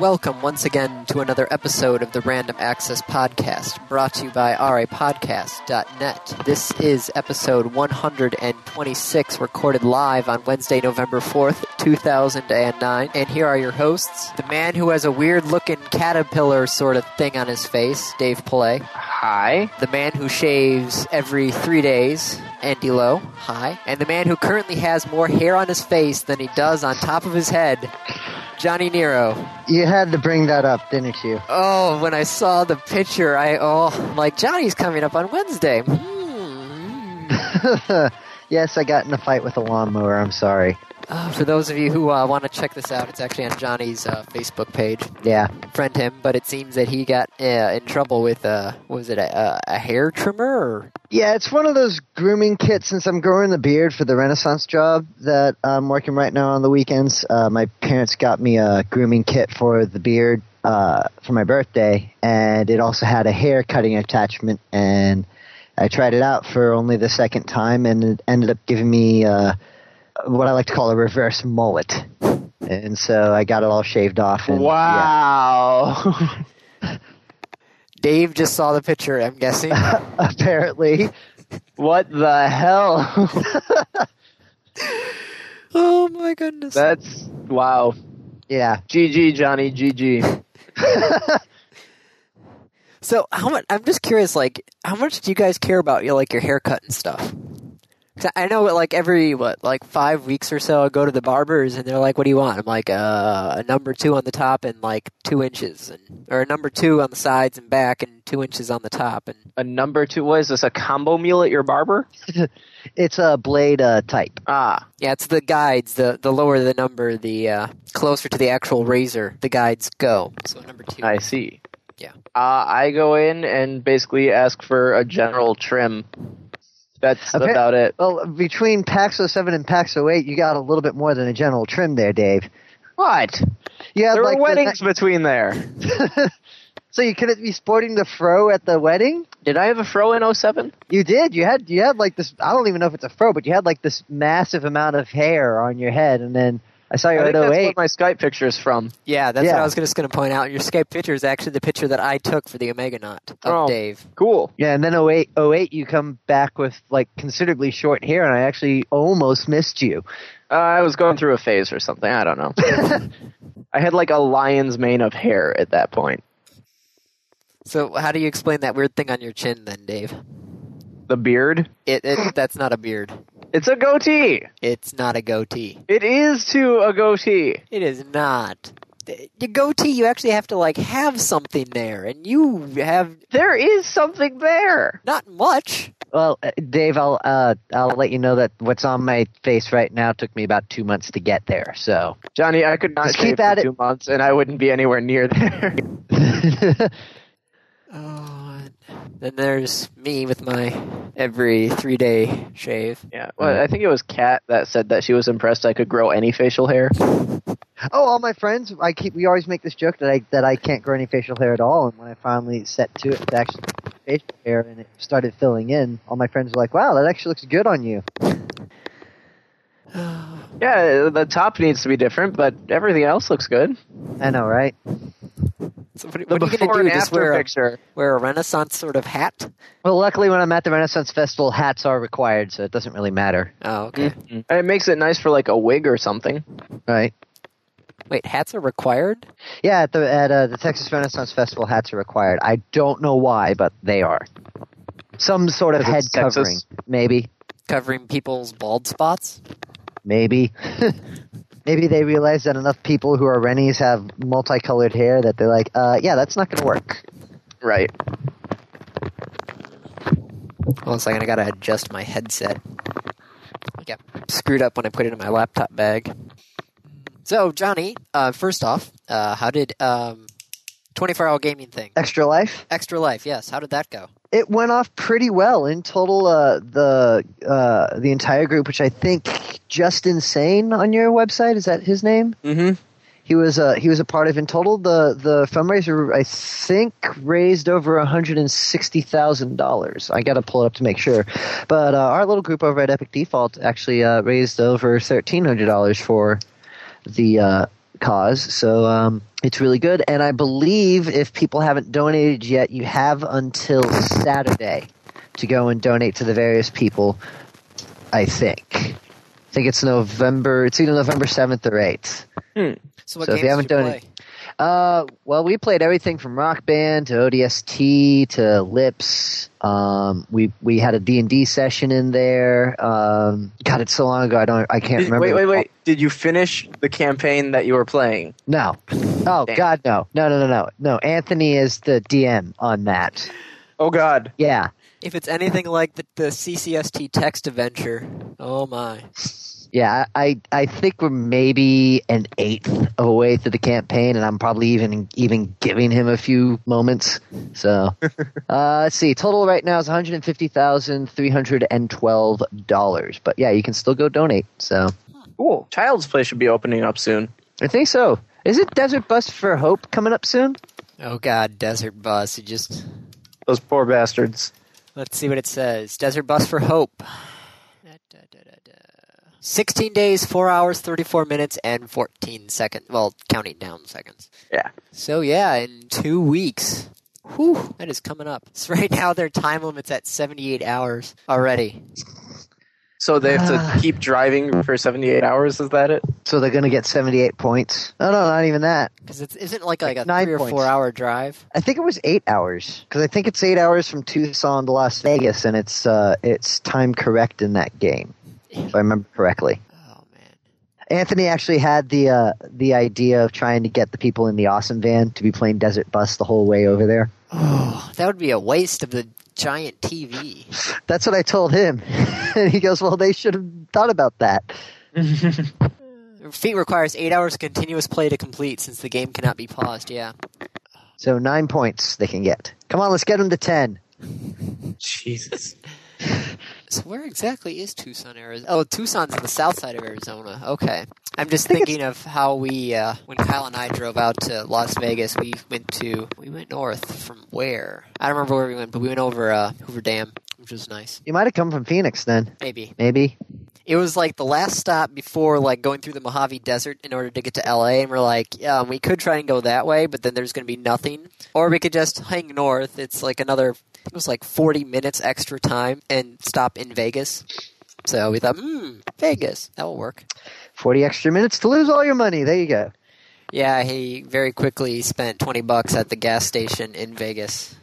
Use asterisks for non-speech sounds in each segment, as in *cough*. Welcome once again to another episode of the Random Access Podcast, brought to you by rapodcast.net. This is episode 126, recorded live on Wednesday, November 4th, 2009. And here are your hosts the man who has a weird looking caterpillar sort of thing on his face, Dave Pillay. Hi. The man who shaves every three days, Andy Lowe. Hi. And the man who currently has more hair on his face than he does on top of his head, Johnny Nero. You had to bring that up, didn't you? *laughs* Oh, when I saw the picture, I oh, I'm like Johnny's coming up on Wednesday. Hmm. yes, I got in a fight with a lawnmower. I'm sorry. Uh, for those of you who uh, want to check this out, it's actually on Johnny's uh, Facebook page. Yeah. Friend him, but it seems that he got uh, in trouble with uh, what was it a, a hair trimmer? Or? Yeah, it's one of those grooming kits since I'm growing the beard for the Renaissance job that I'm working right now on the weekends. Uh, my parents got me a grooming kit for the beard uh, for my birthday, and it also had a hair cutting attachment. And I tried it out for only the second time, and it ended up giving me uh, what I like to call a reverse mullet. And so I got it all shaved off. And, yeah. Wow. *laughs* Dave just saw the picture. I'm guessing. *laughs* apparently. what the hell? *laughs* oh my goodness. That's wow. Yeah. GG Johnny GG. So how much? I'm just curious. Like, how much do you guys care about your like your haircut and stuff? 'Cause I know, like every what, like five weeks or so, I go to the barbers and they're like, "What do you want?" I'm like, uh, "A number two on the top and like two inches, and or a number two on the sides and back, and two inches on the top." And A number two what is this a combo meal at your barber? *laughs* It's a blade uh, type. Ah. yeah, it's the guides. the The lower the number, the uh, closer to the actual razor the guides go. So number two. I see. Yeah. Uh, I go in and basically ask for a general trim. That's Appa- about it. Well, between PAX 07 and PAX 08, you got a little bit more than a general trim there, Dave. What? You had There like the were weddings between there. ne- *laughs* so you couldn't be sporting the fro at the wedding. Did I have a fro in 07? You did. You had. You had like this. I don't even know if it's a fro, but you had like this massive amount of hair on your head, and then I saw you I oh at think that's where 08. my Skype picture is from. Yeah, that's what Yeah. I was just going to point out. Your Skype picture is actually the picture that I took for the Omega Knot of Oh. Dave. Cool. Yeah, and then 08, 08, you come back with like considerably short hair, and I actually almost missed you. Uh, I was going through a phase or something. I don't *laughs* know. I had like a lion's mane of hair at that point. So how do you explain that weird thing on your chin then, Dave? The beard. It, *clears throat* it that's not a beard. It's a goatee. It's not a goatee. It is to a goatee. It is not. Your goatee, you actually have to like have something there, and you have There is something there. not much. Well, uh, Dave, I'll uh, I'll let you know that what's on my face right now took me about two months to get there. So *laughs* Johnny, I could not Just shave keep at for it. two months and I wouldn't be anywhere near there. *laughs* Oh, then there's me with my every three day shave. yeah. Well, I think it was Kat that said that she was impressed I could grow any facial hair. Oh, all my friends! I keep we always make this joke that I that I can't grow any facial hair at all, and when I finally set to it to actually grow facial hair and it started filling in, all my friends were like, "Wow, that actually looks good on you." Uh, Yeah, the top needs to be different, but everything else looks good. I know, right? So what, The what are you before gonna do? and Just after wear a, picture. wear a Renaissance sort of hat? Well, luckily when I'm at the Renaissance Festival, hats are required, so it doesn't really matter, Oh, okay. And Mm-hmm. it makes it nice for like a wig or something. right? Wait, hats are required? Yeah, at the at uh, the Texas Renaissance Festival, hats are required. I don't know why, but they are. Some sort of head Because it's covering, Texas? maybe, Covering people's bald spots? maybe. *laughs* Maybe they realize that enough people who are Rennies have multicolored hair that they're like, uh, yeah, that's not going to work. Right. Hold on a second, I gotta adjust my headset. I got screwed up when I put it in my laptop bag. So, Johnny, uh, first off, uh, how did um, 24 hour gaming thing? Extra Life. Extra Life, yes, how did that go? It went off pretty well in total. Uh, the uh, the entire group, which I think just insane on your website, is that his name? Mm-hmm. He was uh, he was a part of in total the the fundraiser I think raised over hundred and sixty thousand dollars. I got to pull it up to make sure, but uh, our little group over at Epic Default actually uh, raised over thirteen hundred dollars for the uh, cause. So um, it's really good. And I believe if people haven't donated yet, you have until Saturday to go and donate to the various people. I think. I think it's November. It's either November seventh or eighth. So what So if you games haven't did you done it- play? Uh, well, we played everything from Rock Band to ODST to Lips. Um, we we had a D and D session in there. Um, God, it's so long ago. I don't. I can't Did- remember. wait, wait, wait. Did you finish the campaign that you were playing? No. Oh Damn. God, no, no, no, no, no, no. Anthony is the DM on that. Oh God. Yeah. If it's anything like the, the CCST text adventure, oh my. Yeah, I, I think we're maybe an eighth of a way through the campaign, and I'm probably even even giving him a few moments. So, *laughs* uh, let's see. Total right now is one hundred and fifty thousand three hundred and twelve dollars. But yeah, you can still go donate. So Cool. Child's Play should be opening up soon. I think so. Is it Desert Bus for Hope coming up soon? Oh god, Desert Bus. You just Those poor bastards. let's see what it says. Desert Bus for Hope. Da, da, da, da, da. Sixteen days, four hours, thirty-four minutes, and fourteen seconds. Well, counting down seconds. Yeah. So yeah, in two weeks. Whew, that is coming up. So right now their time limit's at seventy-eight hours already. So they have Ah. *sighs* to keep driving for 78 hours. Is that it? So they're going to get seventy eight points. No, no, not even that. Because it isn't like, like a Nine three or points. four-hour drive. I think it was eight hours because I think it's eight hours from Tucson to Las Vegas, and it's uh, it's time correct in that game, if I remember correctly. Oh man. Anthony actually had the uh, the idea of trying to get the people in the awesome van to be playing Desert Bus the whole way over there. Oh, that would be a waste of the giant TV. That's what I told him, *laughs* and he goes, "Well, they should have thought about that." Feat requires eight hours continuous play to complete since the game cannot be paused. Yeah. So nine points they can get. Come on, let's get them to ten. Jesus. So where exactly is Tucson, Arizona? Oh, Tucson's on the south side of Arizona. Okay. I'm just think thinking of how we, uh, when Kyle and I drove out to Las Vegas, we went to we went north from where? I don't remember where we went, but we went over uh, Hoover Dam, which was nice. You might have come from Phoenix then, Maybe maybe. it was like the last stop before like going through the Mojave Desert in order to get to LA, and we're like, um, we could try and go that way, but then there's going to be nothing, or we could just hang north. It's like another, I think it was like 40 minutes extra time, and stop in Vegas. So we thought, hmm, Vegas, that will work. Forty extra minutes to lose all your money. There you go. Yeah, he very quickly spent 20 bucks at the gas station in Vegas.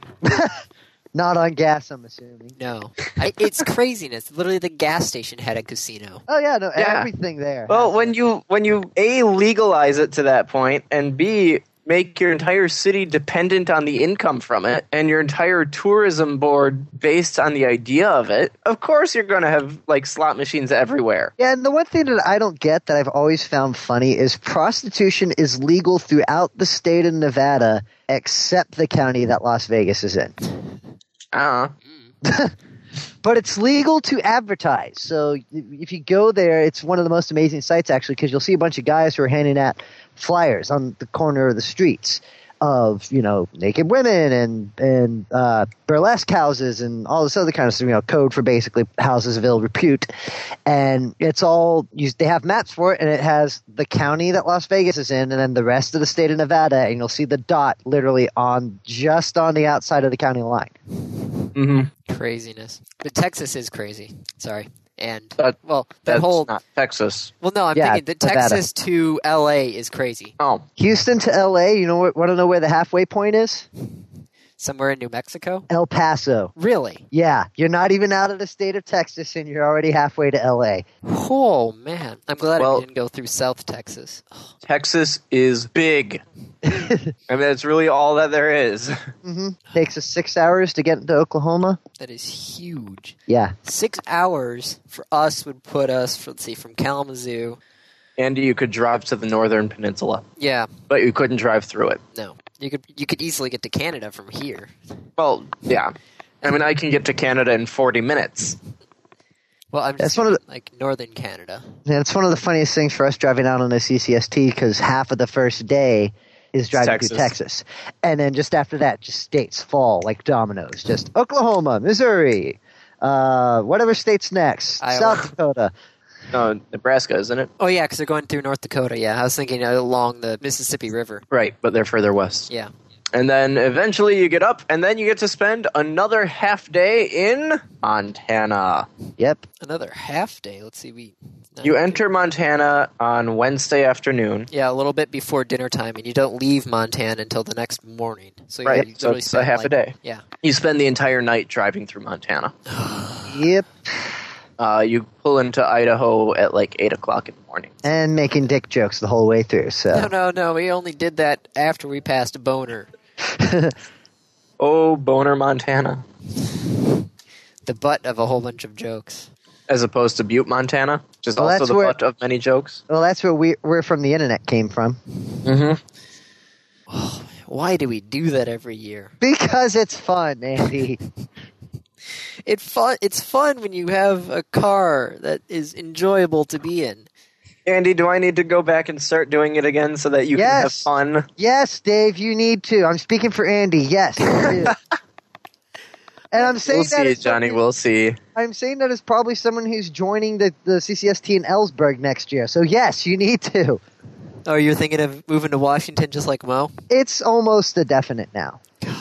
Not on gas, I'm assuming. No, I, it's craziness. Literally, the gas station had a casino. Oh yeah, no, Yeah. everything there. Well, when you when you a legalize it to that point, and b make your entire city dependent on the income from it, and your entire tourism board based on the idea of it, of course you're going to have like slot machines everywhere. Yeah, and the one thing that I don't get that I've always found funny is prostitution is legal throughout the state of Nevada except the county that Las Vegas is in. Uh But it's legal to advertise. So if you go there, it's one of the most amazing sites actually because you'll see a bunch of guys who are handing out flyers on the corner of the streets of you know naked women and and uh, burlesque houses and all this other kind of stuff. You know, code for basically houses of ill repute, and it's all you, they have maps for it, and it has the county that Las Vegas is in, and then the rest of the state of Nevada, and you'll see the dot literally on just on the outside of the county line. hmm Craziness. But Texas is crazy. Sorry. And That- well, that That's whole not Texas. well, no, I'm Yeah, thinking the Nevada. Texas to L.A. is crazy. Oh, Houston to L.A. You know what? Want to know where the halfway point is? Somewhere in New Mexico. El Paso. Really? Yeah, you're not even out of the state of Texas, and you're already halfway to L.A. Oh man, I'm glad I Well- didn't go through South Texas. Oh, Texas is big. I mean, that's really all that there is. hmm Takes us six hours to get into Oklahoma. that is huge. Yeah, Six hours for us would put us. For, let's see, from Kalamazoo. And you could drive to the northern peninsula, Yeah. but you couldn't drive through it. No. You could you could easily get to Canada from here. Well, yeah. I mean, I can get to Canada in 40 minutes. Well, I'm just That's one of thinking, like northern Canada. and it's one of the funniest things for us driving out on the CCST because half of the first day is driving Texas. through Texas, and then just after that, just states fall like dominoes. Just Oklahoma, Missouri, uh, whatever state's next, Iowa. South Dakota. no, Nebraska, isn't it? Oh yeah, because they're going through North Dakota. Yeah, I was thinking uh, along the Mississippi River. Right, but they're further west. Yeah, And then eventually you get up, and then you get to spend another half day in Montana. Yep. another half day. Let's see, we no. You enter Montana on Wednesday afternoon. Yeah, a little bit before dinner time, and you don't leave Montana until the next morning. So you Right, you so literally it's a spend, half a like- day. Yeah, You spend the entire night driving through Montana. Yep. Uh, you pull into Idaho at like 8 o'clock in the morning. And making dick jokes the whole way through. So no, no, no. We only did that after we passed Boner. Oh, Boner, Montana. the butt of a whole bunch of jokes. As opposed to Butte, Montana, which is Well, also that's the where- butt of many jokes. well, that's where we where from the internet came from Mm-hmm. Why do we do that every year? because it's *laughs* fun, Andy. It fun. It's fun when you have a car that is enjoyable to be in. Andy, do I need to go back and start doing it again so that you Yes. can have fun? yes, Dave, you need to. I'm speaking for Andy. Yes. you do. *laughs* And I'm saying that We'll see, as Johnny. somebody- We'll see. I'm saying that as probably someone who's joining the, the CCST in Ellsberg next year. So yes, you need to. Oh, you're thinking of moving to Washington just like Mo? It's almost a definite now. Probably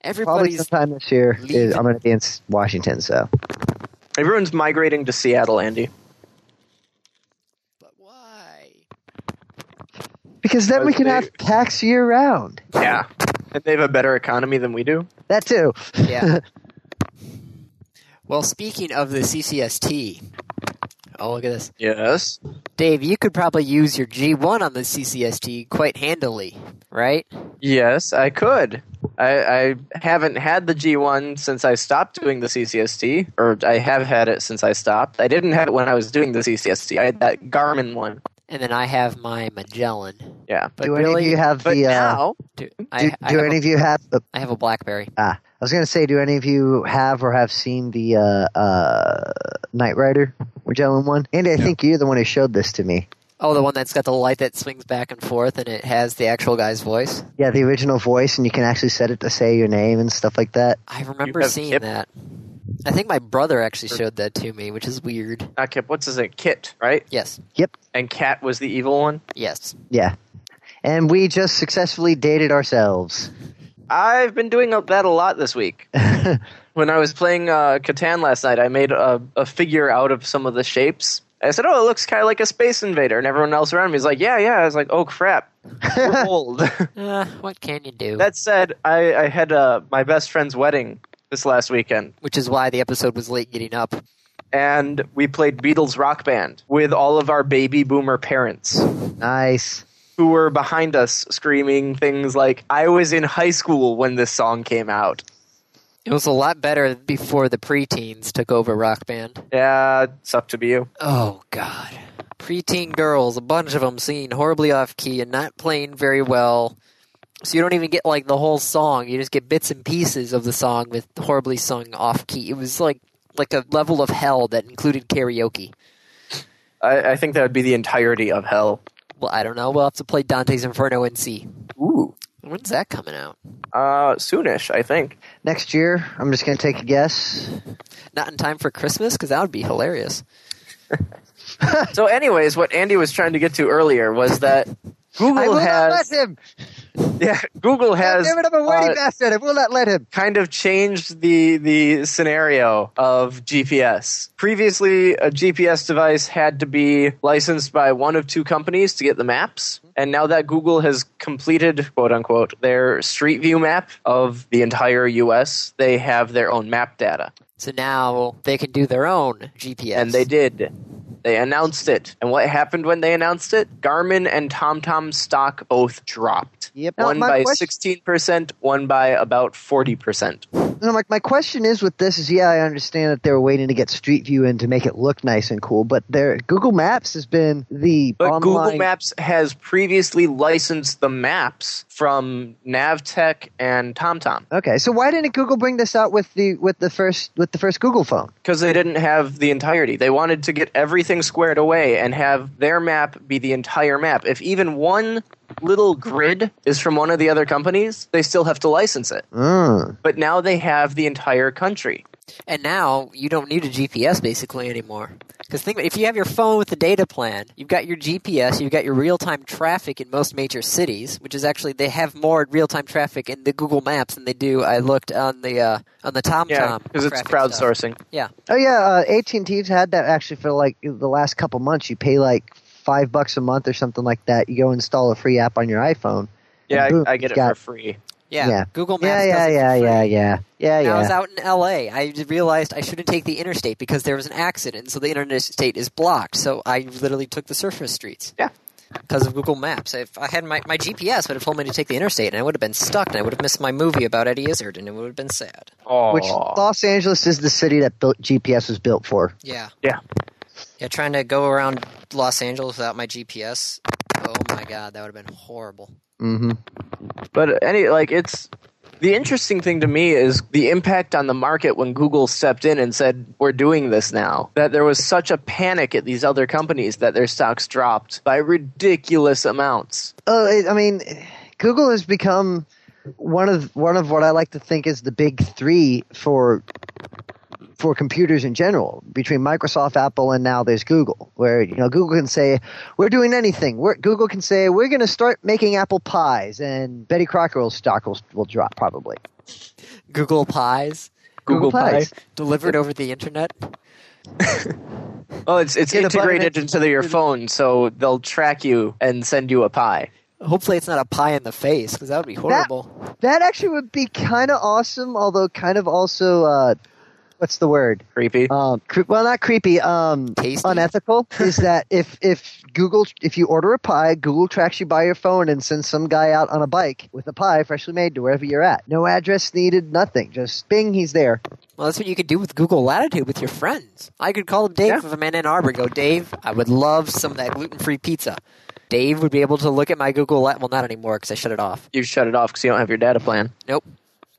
Everybody's sometime this year. uh, leaving. I'm going to be in S- Washington, so Everyone's migrating to Seattle, Andy. but why? because then we can have tax year round. Yeah. And they have a better economy than we do. That too. *laughs* *laughs* Yeah. well, speaking of the CCST, oh look at this, Yes. Dave. You could probably use your G1 on the CCST quite handily, right? Yes, I could. I, I haven't had the G1 since I stopped doing the CCST, or I have had it since I stopped. I didn't have it when I was doing the CCST. I had that Garmin one. And then I have my Magellan. Yeah. But do really, any of you have But the? uh, now, do, do I, I do have any a, of you have? Uh, I have a BlackBerry. ah, I was going to say, do any of you have or have seen the uh, uh, Knight Rider Magellan one? Andy, I think you're the one who showed this to me. Oh, the one that's got the light that swings back and forth, and it has the actual guy's voice. Yeah, the original voice, and you can actually set it to say your name and stuff like that. I remember have seeing Kip? that. I think my brother actually showed that to me, which is weird. not Kip, what's his name? Kit, right? Yes, Yep. And Cat was the evil one. yes. Yeah. And we just successfully dated ourselves. I've been doing that a lot this week. when I was playing uh, Catan last night, I made a, a figure out of some of the shapes. I said, "Oh, it looks kind of like a space invader," and everyone else around me was like, "Yeah, yeah." I was like, "Oh crap, we're old." Uh, what can you do? that said, I, I had uh, my best friend's wedding this last weekend, which is why the episode was late getting up. and we played Beatles Rock Band with all of our baby boomer parents Nice. who were behind us screaming things like, "I was in high school when this song came out." It was a lot better before the preteens took over Rock Band. Yeah, it's up to be you. Oh God, preteen girls, a bunch of them singing horribly off key and not playing very well. So you don't even get like the whole song. You just get bits and pieces of the song with horribly sung off key. It was like like a level of hell that included karaoke. I, I think that would be the entirety of Hell. Well, I don't know. We'll have to play Dante's Inferno and see. Ooh. When's that coming out? Uh, soonish, I think. Next year, I'm just going to take a guess. Not in time for Christmas, because that would be hilarious. So, anyways, what Andy was trying to get to earlier was that I Google will not has let him. *laughs* yeah, Google has Damn it, I'm a whitey uh, bastard. I will not let him. kind of changed the the scenario of GPS. Previously, a GPS device had to be licensed by one of two companies to get the maps, Mm-hmm. and now that Google has completed quote unquote their Street View map of the entire U.S., they have their own map data. So now they can do their own GPS. And they did. They announced it. And what happened when they announced it? Garmin and TomTom stock both dropped. Yep. Now, One my by question- sixteen percent, one by about forty percent. No, my, my question is with this is, yeah, I understand that they were waiting to get Street View in to make it look nice and cool, but their Google Maps has been the But online... Google Maps has previously licensed the maps from Navtech and TomTom Okay, so why didn't Google bring this out with the with the first with the first Google phone? because they didn't have the entirety. They wanted to get everything squared away and have their map be the entire map. If even one little grid is from one of the other companies, they still have to license it. Mm. But now they have the entire country. And now you don't need a GPS basically anymore Because think about if you have your phone with the data plan, you've got your GPS, you've got your real time traffic in most major cities, which is actually they have more real time traffic in the Google Maps than they do. I looked on the uh, on the TomTom Yeah, because it's traffic stuff. crowdsourcing. Yeah, Oh yeah, uh, AT and T's had that actually for like the last couple months. You pay like five bucks a month or something like that. You go install a free app on your iPhone. Yeah, Boom, I, I get it got- for free. yeah, Yeah. Google Maps. Yeah, does it yeah, for yeah, free. yeah, yeah, yeah, And I was yeah. out in LA. I just realized I shouldn't take the interstate because there was an accident, so the interstate is blocked. So I literally took the surface streets. Yeah. Because of Google Maps. If I had my, my GPS would have told me to take the interstate and I would have been stuck and I would have missed my movie about Eddie Izzard and it would have been sad. Oh, Which Los Angeles is the city that built GPS was built for. Yeah. Yeah. Yeah, trying to go around Los Angeles without my GPS. Oh my god, that would have been horrible. Mm-hmm. But any like it's the interesting thing to me is the impact on the market when Google stepped in and said we're doing this now. That there was such a panic at these other companies that their stocks dropped by ridiculous amounts. Oh, it, I mean, Google has become one of one of what I like to think is the big three for for computers in general. Between Microsoft, Apple, and now there's Google, where you know Google can say we're doing anything. We're, Google can say we're going to start making apple pies, and Betty Crocker's stock will, will drop probably. Google Pies Google, Pie. delivered over the internet. Oh, it's it's Get a button integrated and- into the- your phone, so they'll track you and send you a pie. Hopefully, it's not a pie in the face because that would be horrible. That actually would be kind of awesome, although kind of also uh, what's the word? Creepy. um, cre- well, not creepy, um, Tasty? *laughs* unethical. is that if if Google if you order a pie, Google tracks you by your phone and sends some guy out on a bike with a pie freshly made to wherever you're at. No address needed, nothing. Just bing, he's there. Well, that's what you could do with Google Latitude with your friends. I could call up Dave Yeah. if I'm in Ann Arbor and go, Dave, I would love some of that gluten free pizza. Dave would be able to look at my Google Lat. Well, not anymore because I shut it off. you shut it off because you don't have your data plan. Nope.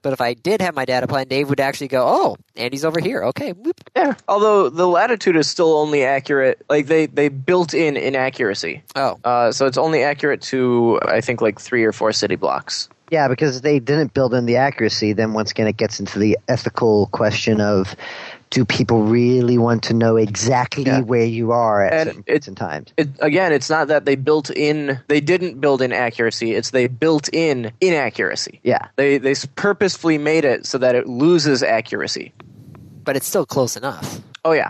But if I did have my data plan, Dave would actually go, oh, Andy's over here. Okay. Whoop. Yeah. Although the latitude is still only accurate, like they they built in inaccuracy, Oh. uh, so it's only accurate to I think like three or four city blocks. Yeah, because they didn't build in the accuracy. Then once again, it gets into the ethical question of. Do people really want to know exactly Yeah. where you are at And certain it- points in time? It, again, it's not that they built in they didn't build in accuracy. It's they built in inaccuracy. Yeah. They they s- purposefully made it so that it loses accuracy. But it's still close enough. Oh yeah.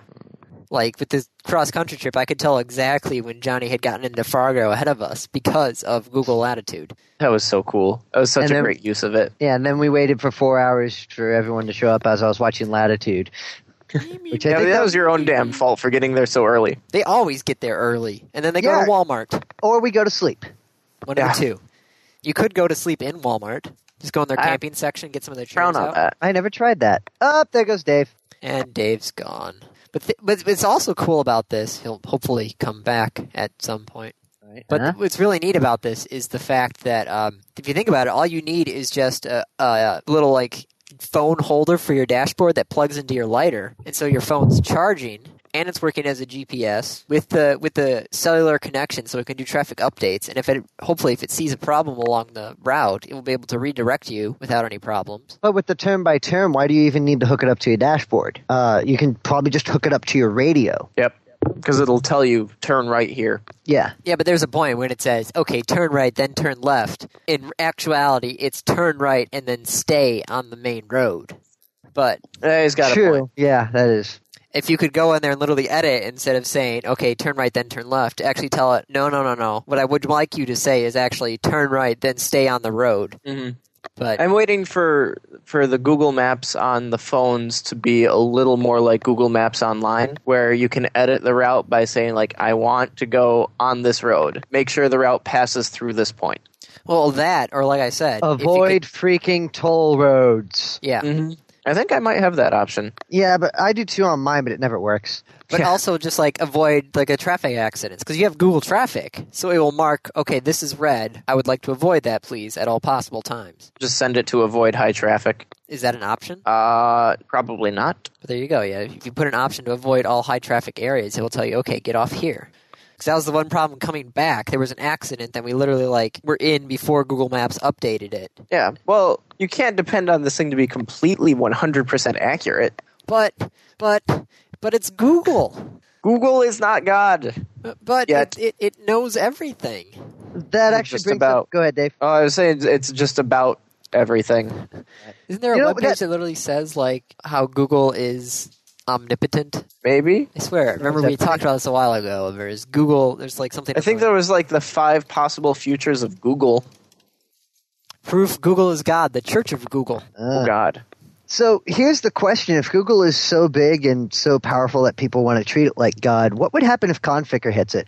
Like with this cross country trip, I could tell exactly when Johnny had gotten into Fargo ahead of us because of Google Latitude. That was so cool. That was such And a then- great use of it. Yeah, and then we waited for four hours for everyone to show up as I was watching Latitude. Which I Yeah, think that was your own damn fault for getting there so early. They always get there early, and then they go Yeah. to Walmart. Or we go to sleep. One or Yeah. two. You could go to sleep in Walmart. Just go in their I- camping section, get some of their chairs Frown on out, that. I never tried that. Up there goes Dave. and Dave's gone. But th- but it's also cool about this. He'll hopefully come back at some point. But Huh? what's really neat about this is the fact that um, if you think about it, all you need is just a, a little like phone holder for your dashboard that plugs into your lighter, and so your phone's charging and it's working as a GPS with the with the cellular connection, so it can do traffic updates. And if it hopefully if it sees a problem along the route, it will be able to redirect you without any problems. But with the term by term, why do you even need to hook it up to your dashboard? Uh, you can probably just hook it up to your radio. Yep. Because it'll tell you turn right here. Yeah. Yeah, but there's a point when it says, okay, turn right, then turn left. In actuality, it's turn right and then stay on the main road. But Eh, he's got a True. point. Yeah, that is. if you could go in there and literally edit instead of saying, okay, turn right, then turn left, actually tell it, no, no, no, no. What I would like you to say is actually turn right, then stay on the road. hmm But I'm waiting for for the Google Maps on the phones to be a little more like Google Maps online, where you can edit the route by saying like I want to go on this road. Make sure the route passes through this point. well, that or like I said, if you could- Avoid freaking toll roads. yeah, Mm, I think I might have that option. Yeah, but I do too on mine, but it never works. but Yeah. also just like avoid like a traffic accidents because you have Google Traffic, so it will mark, okay, this is red. I would like to avoid that, please, at all possible times. Just send it to avoid high traffic. Is that an option? Uh, probably not. But there you go. Yeah, if you put an option to avoid all high traffic areas, it will tell you, okay, get off here. Because that was the one problem coming back. There was an accident that we literally like were in before Google Maps updated it. Yeah. Well, you can't depend on this thing to be completely 100% accurate. But but but it's Google. Google is not God. But Uh, Yeah, it, it, it knows everything. That actually Just brings about. up. Go ahead, Dave. Oh, I was saying it's just about everything. Isn't there a You know, webpage that- that, literally says like how Google is omnipotent? Maybe. I swear, I remember we Exactly. talked about this a while ago. There's Google. There's like something. I think about there was like the five possible futures of Google. proof Google is God. The Church of Google. Oh Uh, God. so here's the question: If Google is so big and so powerful that people want to treat it like God, what would happen if Conficker hits it?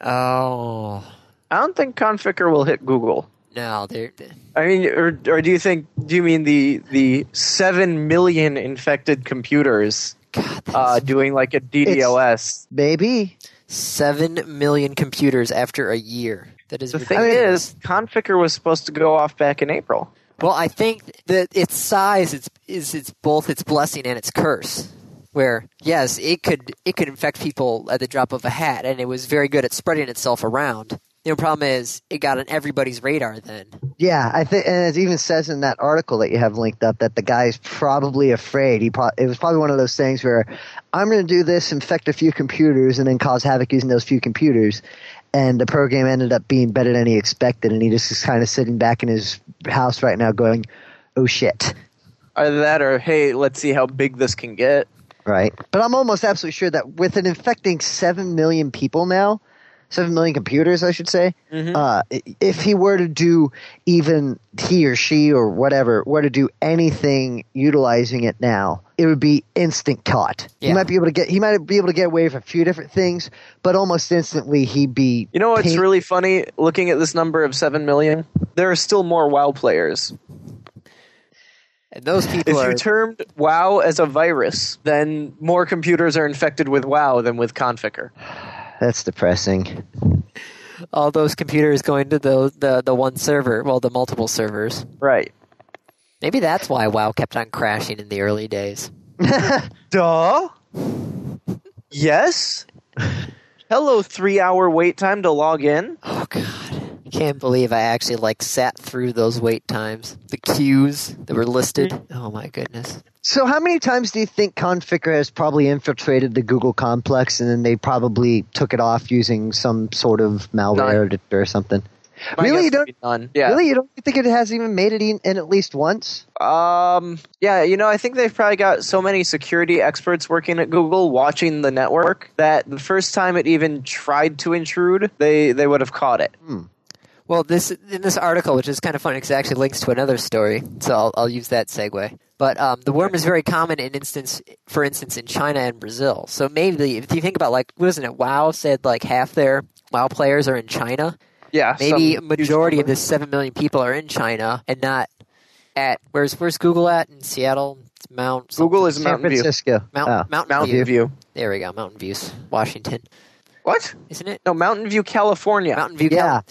Uh, Oh I don't think Conficker will hit Google. no, they're I mean, or, or do you think? Do you mean the the seven million infected computers God. that uh, is doing like a DDoS? Maybe. Seven million computers after a year. That is The thing ridiculous. is, Conficker was supposed to go off back in April. Well, I think that its size is, is its both its blessing and its curse. Where yes, it could it could infect people at the drop of a hat, and it was very good at spreading itself around. The only problem is it got on everybody's radar. Then Yeah, I think, and it even says in that article that you have linked up that the guy's probably afraid. He pro- it was probably one of those things where I'm going to do this, infect a few computers, and then cause havoc using those few computers. And the program ended up being better than he expected, and he just is kind of sitting back in his house right now, going, "Oh shit." Either that, or hey, let's see how big this can get. Right. But I'm almost absolutely sure that with it infecting 7 million people now, 7 million computers, I should say, Mm-hmm. uh, i- if he were to do even he or she or whatever were to do anything utilizing it now, it would be instant caught. He Yeah. might be able to get he might be able to get away with a few different things, but almost instantly he'd be You know what's pain- really funny? Looking at this number of seven million, there are still more WoW players. and those If people are you termed WoW as a virus, then more computers are infected with WoW than with Conficker. that's depressing. all those computers going to the, the the one server, well, the multiple servers. Right. Maybe that's why WoW kept on crashing in the early days. Duh. Yes. Hello, three-hour wait time to log in. Oh God, I can't believe I actually like sat through those wait times, the queues that were listed. Oh my goodness. So, how many times do you think Conficker has probably infiltrated the Google complex, and then they probably took it off using some sort of malware to- or something? My Really, guess you would don't? be None. Yeah. Really, you don't think it has even made it in, in at least once? Um. Yeah. You know, I think they've probably got so many security experts working at Google watching the network that the first time it even tried to intrude, they they would have caught it. Well, this in this article, which is kind of funny because it actually links to another story, so I'll, I'll use that segue. But um, the worm is very common in instance, for instance, in China and Brazil. So maybe if you think about like, wasn't it WoW said like half their WoW players are in China? Yeah. Maybe some majority huge of the seven million people are in China and not at where's where's Google at in Seattle? It's Mount something. Google is San Mountain View. Francisco. Mount, Oh. Mountain, Mountain View. View. There we go, Mountain Views, Washington, What? isn't it? No, Mountain View, California. Mountain View. Yeah. Cal-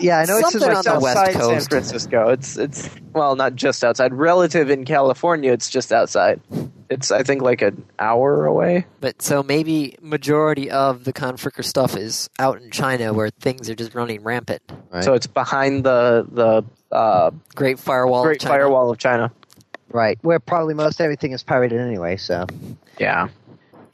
Yeah, I know it's Something just like on the west outside San coast. Francisco. It's it's well, not just outside. Relative in California, it's just outside. It's I think like an hour away. But so maybe majority of the Confricker stuff is out in China where things are just running rampant. Right. So it's behind the the uh, Great Firewall. of Great China. Firewall of China. right, where probably most everything is pirated anyway. So, Yeah.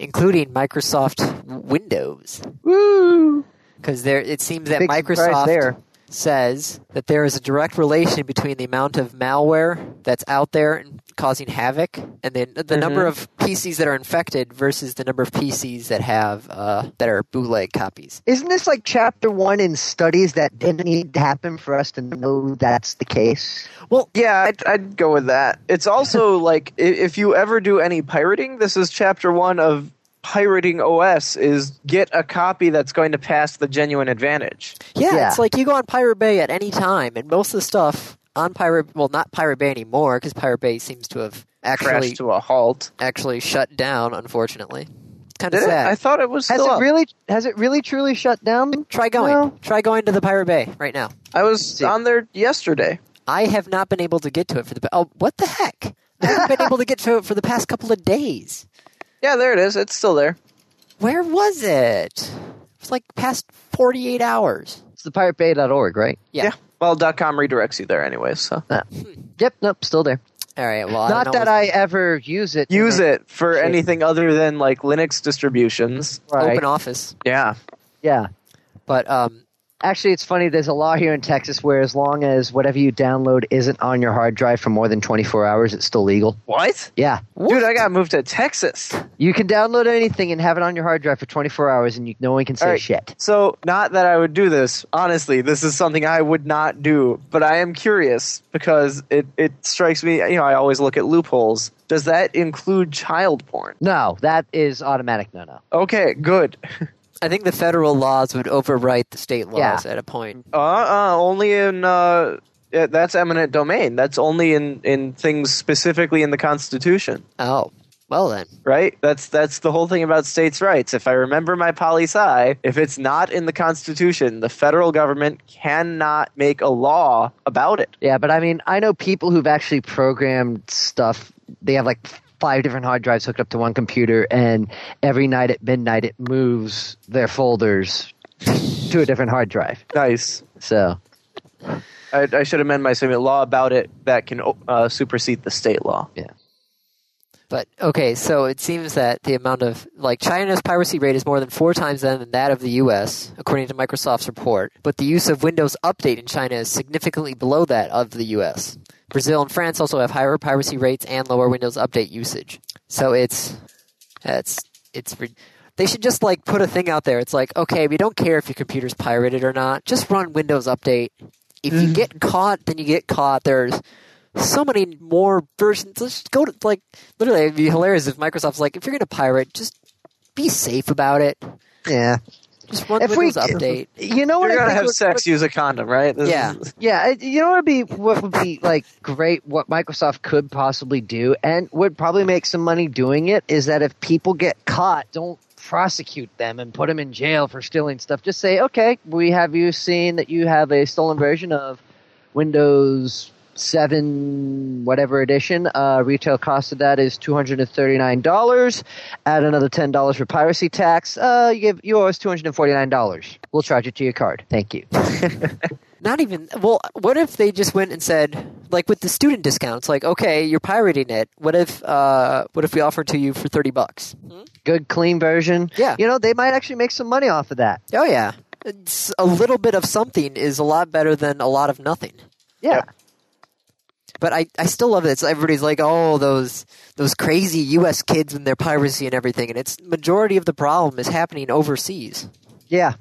including Microsoft Windows, Woo. because there it seems that Big surprise Microsoft there. says that there is a direct relation between the amount of malware that's out there and causing havoc, and then the number Mm-hmm. of PCs that are infected versus the number of PCs that have uh, that are bootleg copies. isn't this like chapter one in studies that didn't need to happen for us to know that's the case? Well, Yeah, I'd, I'd go with that. *laughs* It's also like i- if you ever do any pirating, this is chapter one of pirating OS is get a copy that's going to pass the genuine advantage. Yeah, Yeah. it's like you go on Pirate Bay at any time, and most of the stuff on Pirate well, not Pirate Bay anymore, because Pirate Bay seems to have Crash actually to a halt. actually shut down. Unfortunately, it's kind of Did it? sad. I thought it was Has still it up. really? Has it really truly shut down? Try going. No. Try going to the Pirate Bay right now. I was see. on there yesterday. I have not been able to get to it for the. Oh, what the heck! I haven't been able to get to it for the past couple of days. Yeah, there it is. It's still there. Where was it? It's like past forty-eight hours. It's the piratebay.org, right? Yeah. Well, dot .com redirects you there anyway, so. Yep. Nope. Still there. All right. Well, I Not don't that know I ever use it. Use in it for Sure. anything other than like Linux distributions. what's Right. open office, Yeah. Yeah. but um, Actually, it's funny. There's a law here in Texas where as long as whatever you download isn't on your hard drive for more than 24 hours, it's still legal. What? Yeah. Dude, I got moved to Texas. You can download anything and have it on your hard drive for 24 hours, and you, no one can say All right. shit. So, not that I would do this. Honestly, this is something I would not do, but I am curious because it, it strikes me, you know, I always look at loopholes. Does that include child porn? No, that is automatic. No, no. Okay, good. *laughs* I think the federal laws would overwrite the state laws at a point. Uh, uh only in uh yeah, that's eminent domain. That's only in in things specifically in the constitution, Oh, well then. right? That's that's the whole thing about states' rights. If I remember my poli sci, if it's not in the constitution, the federal government cannot make a law about it. Yeah, but I mean, I know people who've actually programmed stuff. They have like five different hard drives hooked up to one computer, and every night at midnight, it moves their folders to a different hard drive. Nice. So, I, I should amend my statement. Law about it that can uh, supersede the state law. But okay, so it seems that the amount of like China's piracy rate is more than four times that than that of the U.S. according to Microsoft's report. But the use of Windows Update in China is significantly below that of the U.S. Brazil and France also have higher piracy rates and lower Windows Update usage. So it's it's it's re- they should just like put a thing out there. It's like okay, we don't care if your computer's pirated or not. Just run Windows Update. If you Mm. get caught, then you get caught. There's so many more versions. Let's just go to like literally. It'd be hilarious if Microsoft's like, if you're gonna pirate, just be safe about it. yeah. Just run If we- Windows Update. You know what? You're I gonna think have would- sex. Use a condom, right? This Yeah. is- Yeah, I- you know what would be what would be like great what Microsoft could possibly do and would probably make some money doing it is that if people get caught, don't prosecute them and put them in jail for stealing stuff. Just say, "Okay, we have you seen that you have a stolen version of Windows 7 whatever edition. Uh, retail cost of that is $239. Add another $10 for piracy tax. Uh, you give you owe us $249. We'll charge it to your card. Thank you." Not even. Well, what if they just went and said, like with the student discounts, like, okay, you're pirating it. What if, uh, what if we offer it to you for thirty bucks? Hmm? good clean version. Yeah. You know, they might actually make some money off of that. Oh yeah, it's a little bit of something is a lot better than a lot of nothing. Yeah. Yep. But I, I still love it. It's, everybody's like, oh, those those crazy U.S. kids and their piracy and everything. And it's majority of the problem is happening overseas. Yeah.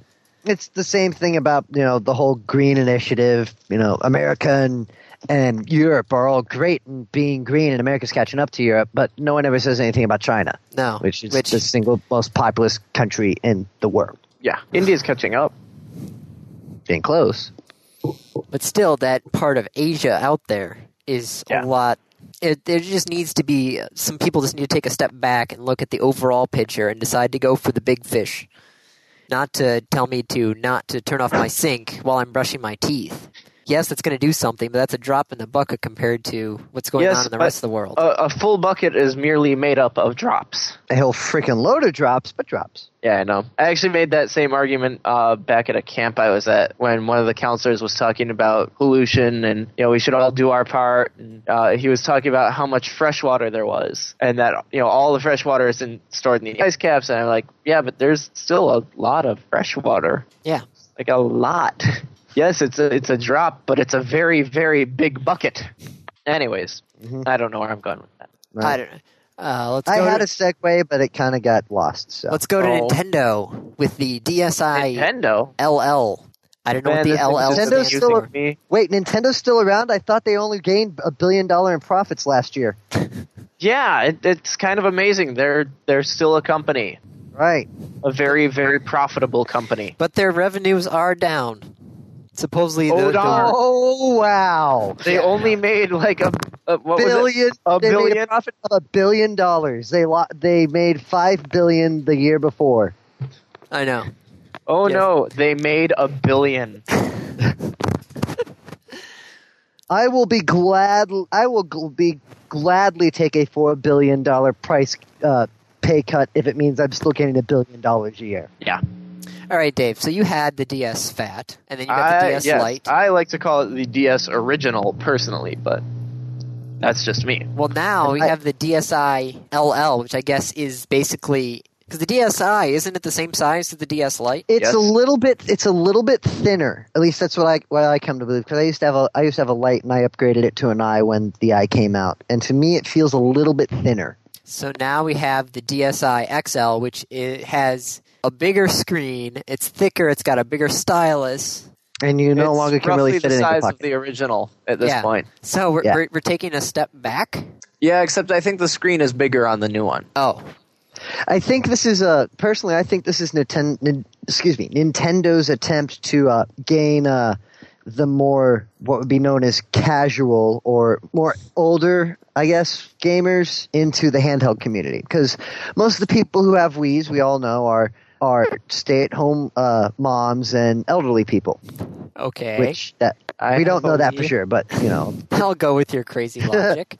It's the same thing about, you know, the whole green initiative, you know, America and and Europe are all great in being green and America's catching up to Europe, but no one ever says anything about China, No, which is the single most populous country in the world. yeah. India's catching up. Being close. but still that part of Asia out there is Yeah. a lot. It, there just needs to be some people just need to take a step back and look at the overall picture and decide to go for the big fish, not to tell me to not to turn off my sink while I'm brushing my teeth. Yes, that's going to do something, but that's a drop in the bucket compared to what's going Yes, on in the but- uh, rest of the world. A, a full bucket is merely made up of drops. A whole freaking load of drops, but drops. Yeah, I know. I actually made that same argument uh, back at a camp I was at when one of the counselors was talking about pollution and you know we should all do our part. And, uh, he was talking about how much fresh water there was and that you know all the fresh water is in, stored in the ice caps. And I'm like, yeah, but there's still a lot of fresh water, yeah, like a lot. *laughs* yes, it's a it's a drop, but it's a very very big bucket. Anyways, I don't know where I'm going with that. I don't. know. Uh, let's I go had to, a segue, but it kind of got lost. So let's go to Oh. Nintendo with the DSi Nintendo. LL. I don't know Man, what the this thing LL is just stands Nintendo's still a- for. confusing me. Wait, Nintendo's still around? I thought they only gained a billion dollar in profits last year. Yeah, it, it's kind of amazing. They're they're still a company, Right. a very very profitable company. But their revenues are down. Supposedly, the, Oh, the- darn. Oh wow! They only made like a, a what was it? Billion. A they made billion. a profit of a billion dollars. They lo- they made five billion the year before. I know. Oh Yes. no, they made a billion. I will be glad. I will gl- be gladly take a four billion dollar price uh, pay cut if it means I'm still getting a billion dollars a year. Yeah, All right, Dave. So you had the DS Fat, and then you got the I, DS yes, Lite. I like to call it the DS original personally, but That's just me. Well, now we I- have the DSi LL, which I guess is basically because the DSi isn't it the same size as the DS Lite? It's Yes. a little bit. It's a little bit thinner. At least that's what I what I come to believe. Because I used to have a I used to have a light, and I upgraded it to an eye when the eye came out. And to me, it feels a little bit thinner. So now we have the DSi XL, which it has a bigger screen. It's thicker. It's got a bigger stylus. And you no It's longer can roughly really fit the it in your size of pocket. the original at this Yeah. point. So we're, Yeah. we're we're taking a step back. Yeah, except I think the screen is bigger on the new one. Oh, I think this is a personally. I think this is Nintendo. Nin, excuse me, Nintendo's attempt to uh, gain uh, the more what would be known as casual or more older, I guess, gamers into the handheld community. Because most of the people who have Wii's, we all know, are are stay-at-home uh, moms and elderly people. okay. Which that I we don't have a know that for Wii. sure, but you know, *laughs* I'll go with your *laughs* crazy logic.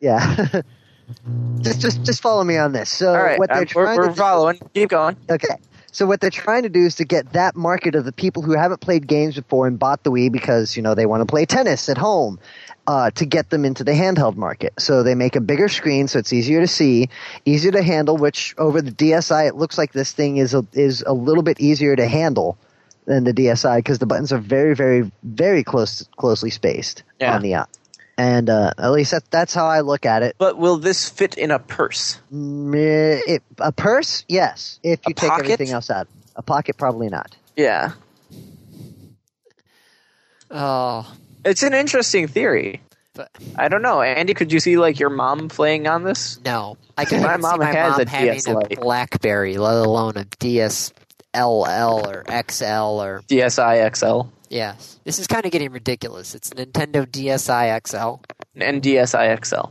yeah. *laughs* just just just follow me on this. So All right, what they're I'm- trying we're, we're to do- following. Keep going. Okay. So what they're trying to do is to get that market of the people who haven't played games before and bought the Wii because you know they want to play tennis at home, uh, to get them into the handheld market. So they make a bigger screen so it's easier to see, easier to handle. Which over the DSi, it looks like this thing is a, is a little bit easier to handle than the DSi because the buttons are very, very, very close closely spaced Yeah. on the app. And uh, at least that, that's how I look at it. But will this fit in a purse? Mm, eh, it, a purse, yes. If you A take pocket? everything else out, a pocket probably not. Yeah, Oh, it's an interesting theory. But- I don't know, Andy. Could you see like your mom playing on this? no. I can My see mom my has mom a having DS a Lite. BlackBerry, let alone a DSLL or XL or DSi XL yes. This is kind of getting ridiculous. It's Nintendo DSi XL. and DSi XL.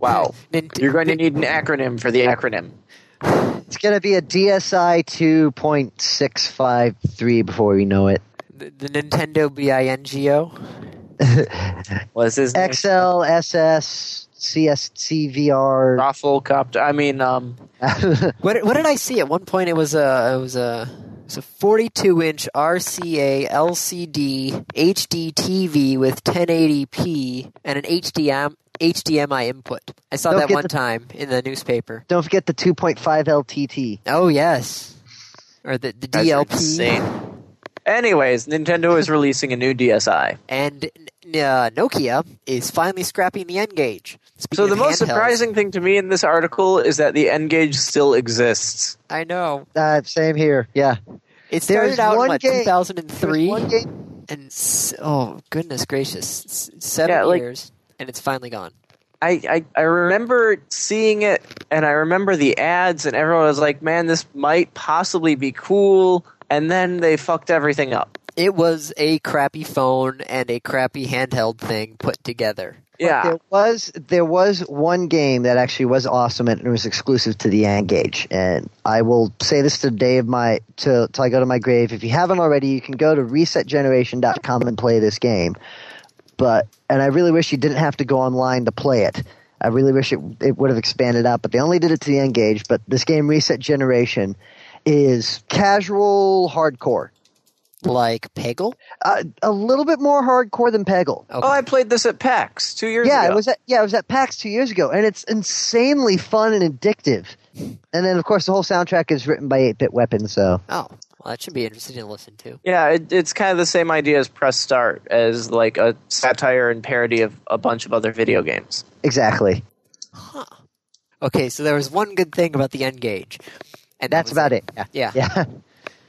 Wow, *laughs* Nint- you're going to need an acronym for the acronym. It's going to be a DSi 2.653 before we know it. the, the Nintendo BINGO. Was his name? XL, SS, CS, CVR. Rafflecopter. I mean, um, What what did I see at one point? It was a it was a it's a 42 inch RCA LCD HD TV with 1080p and an HDM HDMI input. I saw Don't that get one the- time in the newspaper. *laughs* Don't forget the 2.5 LTT. Oh yes, or the the guys are DLP insane. Anyways, Nintendo is releasing a new DSi. and n- uh, Nokia is finally scrapping the N gauge. So the most surprising thing to me in this article is that the N gauge still exists. I know Uh, same here. Yeah. it There is started out in one what game- There was 2003. One game, and s- oh goodness gracious, s- seven Yeah, like- years, and it's finally gone. I, I, I remember seeing it and I remember the ads and everyone was like, man, this might possibly be cool. And then they fucked everything up. It was a crappy phone and a crappy handheld thing put together. Yeah. there was there was one game that actually was awesome and it was exclusive to the Engage. And I will say this to the day of my till till I go to my grave. If you haven't already, you can go to resetgeneration.com and play this game. But and I really wish you didn't have to go online to play it. I really wish it it would have expanded out, but they only did it to the Engage. But this game, Reset Generation, is casual hardcore. Like Peggle? Uh, a little bit more hardcore than Peggle. Okay. Oh, I played this at PAX two years Yeah, ago. it was at yeah, it was at PAX two years ago, and it's insanely fun and addictive. And then, of course, the whole soundtrack is written by Eight Bit Weapon. So Oh, well, that should be interesting to listen to. Yeah, it, it's kind of the same idea as Press Start, as like a satire and parody of a bunch of other video games. exactly, Okay, so there was one good thing about the N gauge, and that that's was about it. Yeah, Yeah. yeah. *laughs*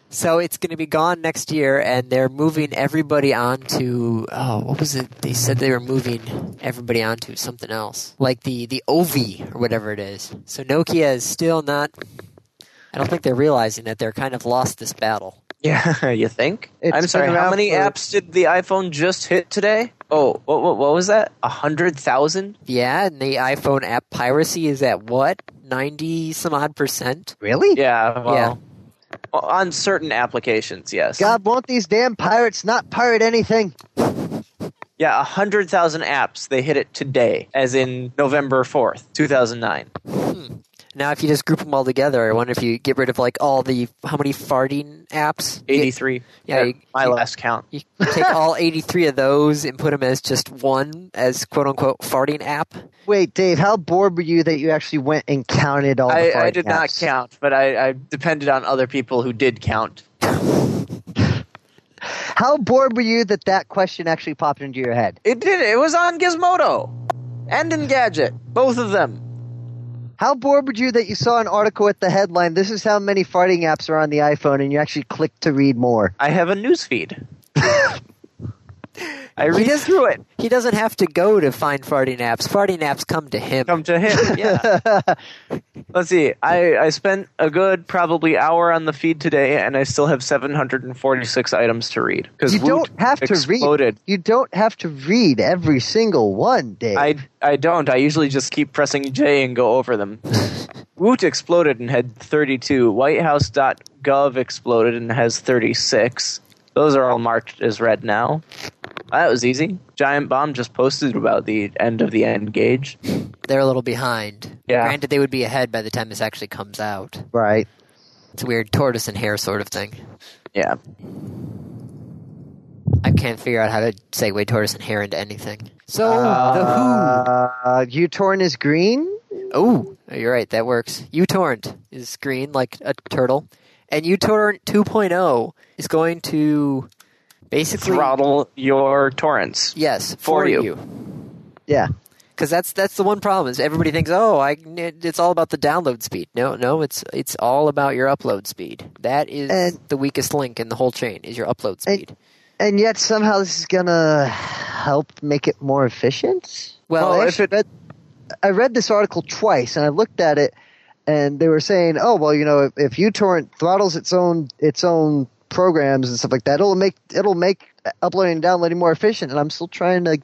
So it's going to be gone next year, and they're moving everybody on to oh, what was it? They said they were moving everybody on to something else, like the the OV or whatever it is. So Nokia is still not. I don't think they're realizing that they're kind of lost this battle. Yeah, *laughs* you think? It's I'm sorry. been How around many for- apps did the iPhone just hit today? Oh, what what, what was that? A hundred thousand? Yeah, and the iPhone app piracy is at what? 90 some odd percent? Really? Yeah. Well, Yeah. well, on certain applications, yes. God, won't these damn pirates not pirate anything? Yeah, a hundred thousand apps. They hit it today, as in November fourth, two thousand nine. Now, if you just group them all together, I wonder if you get rid of like all the how many farting apps. Eighty three. Yeah, you- er, my you- last count. You take all 83 of those and put them as just one, as quote unquote farting app. Wait, Dave, how bored were you that you actually went and counted all? I, the I farting did not apps? count, but I, I depended on other people who did count. How bored were you that that question actually popped into your head? It did. It was on Gizmodo and Engadget, both of them. How bored were you that you saw an article with the headline, "This is how many farting apps are on the iPhone," and you actually clicked to read more? I have a newsfeed. I read does- through it. He doesn't have to go to find farting apps. Farting apps come to him. Come to *laughs* him. Yeah. Let's see. I, I spent a good probably hour on the feed today, and I still have 746 items to read. Because You don't have to exploded. read. You don't have to read every single one, Dave. I, I don't. I usually just keep pressing J and go over them. Woot exploded and had 32. Whitehouse.gov exploded and has 36. Those are all marked as red now. That was easy. Giant Bomb just posted about the end of the end gauge. They're a little behind. Yeah. Granted, they would be ahead by the time this actually comes out. right. It's a weird tortoise and hare sort of thing. Yeah. I can't figure out how to segue tortoise and hare into anything. So, Oh, the Uh, U Torn is green. who. Oh, you're right. That works. uTorrent is green like a turtle. And uTorrent 2.0 is going to basically. Throttle your torrents. Yes, For you. Yeah. Because that's that's the one problem is everybody thinks oh I it's all about the download speed. No, no, it's it's all about your upload speed. That is And- the weakest link in the whole chain is your upload And- speed. And yet somehow this is gonna help make it more efficient. Well, I, if actually read, I read this article twice, and I looked at it, and they were saying, "Oh, well, you know, if, if uTorrent throttles its own its own programs and stuff like that, it'll make it'll make uploading and downloading more efficient." And I'm still trying to.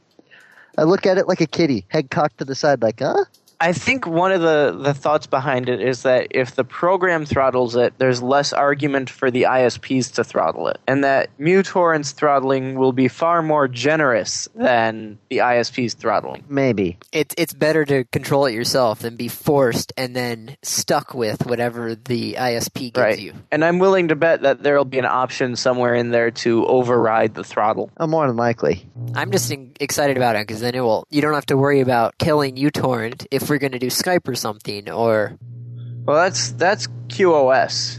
I look at it like a kitty, head cocked to the side, like, huh? I think one of the, the thoughts behind it is that if the program throttles it, there's less argument for the ISPs to throttle it. And that MuTorrent's throttling will be far more generous than the ISP's throttling. Maybe. It's it's better to control it yourself than be forced and then stuck with whatever the ISP gives Right. you. And I'm willing to bet that there'll be an option somewhere in there to override the throttle. Oh, more than likely. I'm just in- excited about it because then it will you don't have to worry about killing uTorrent if we're going to do Skype or something or Well, that's that's QoS.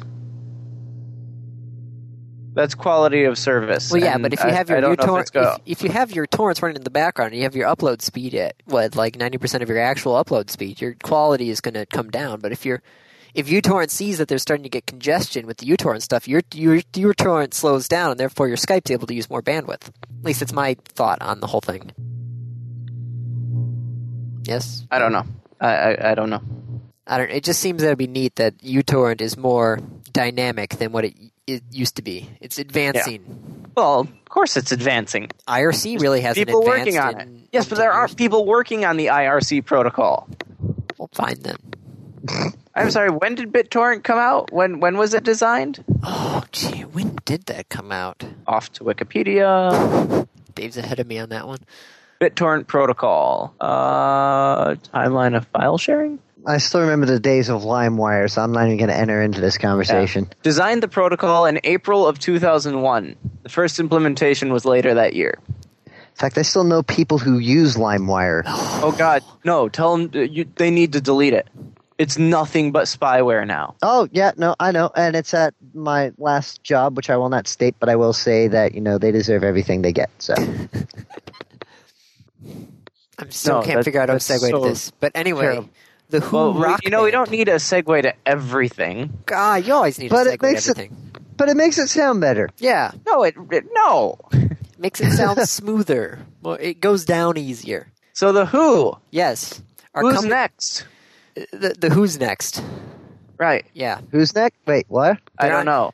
That's quality of service. Well, yeah, And but if you I- have I your, don't your know if torrent, it's go- if, if you have your torrents running in the background, and you have your upload speed at what like ninety percent of your actual upload speed, your quality is going to come down. But if you're if uTorrent sees that they're starting to get congestion with the uTorrent stuff, your your your torrent slows down, and therefore your Skype's able to use more bandwidth. At least that's my thought on the whole thing. Yes, I don't know. I, I, I don't know. I don't. It just seems that would be neat that uTorrent is more dynamic than what it, it used to be. It's advancing. Well, of course it's advancing. IRC really hasn't people advanced working on in- it. Yes, but there are people working on the IRC protocol. Well, fine then. I'm sorry. When did BitTorrent come out? When when was it designed? Oh, gee, when did that come out? Off to Wikipedia. Dave's ahead of me on that one. BitTorrent protocol. Uh, timeline of file sharing. I still remember the days of LimeWire, so I'm not even going to enter into this conversation. Designed the protocol in April of 2001. The first implementation was later that year. In fact, I still know people who *gasps* use LimeWire. Oh God, no! Tell them you, they need to delete it. It's nothing but spyware now. Oh yeah, no, I know, and it's at my last job, which I will not state, but I will say that you know they deserve everything they get. So I still No, can't that- figure out how to that's segue so to this. But anyway, terrible. the Who Well, we- rock. you know, we don't band. need a segue to everything. Ah, you always need But a it segue to makes it- everything. but it makes it sound better. Yeah, No, it, it no. makes it *laughs* sound smoother. Well, it goes down easier. So the Who. Yes. Our Who's company- next? The, the Who's next? Right. Yeah. Who's next? Wait, what? I They're don't know.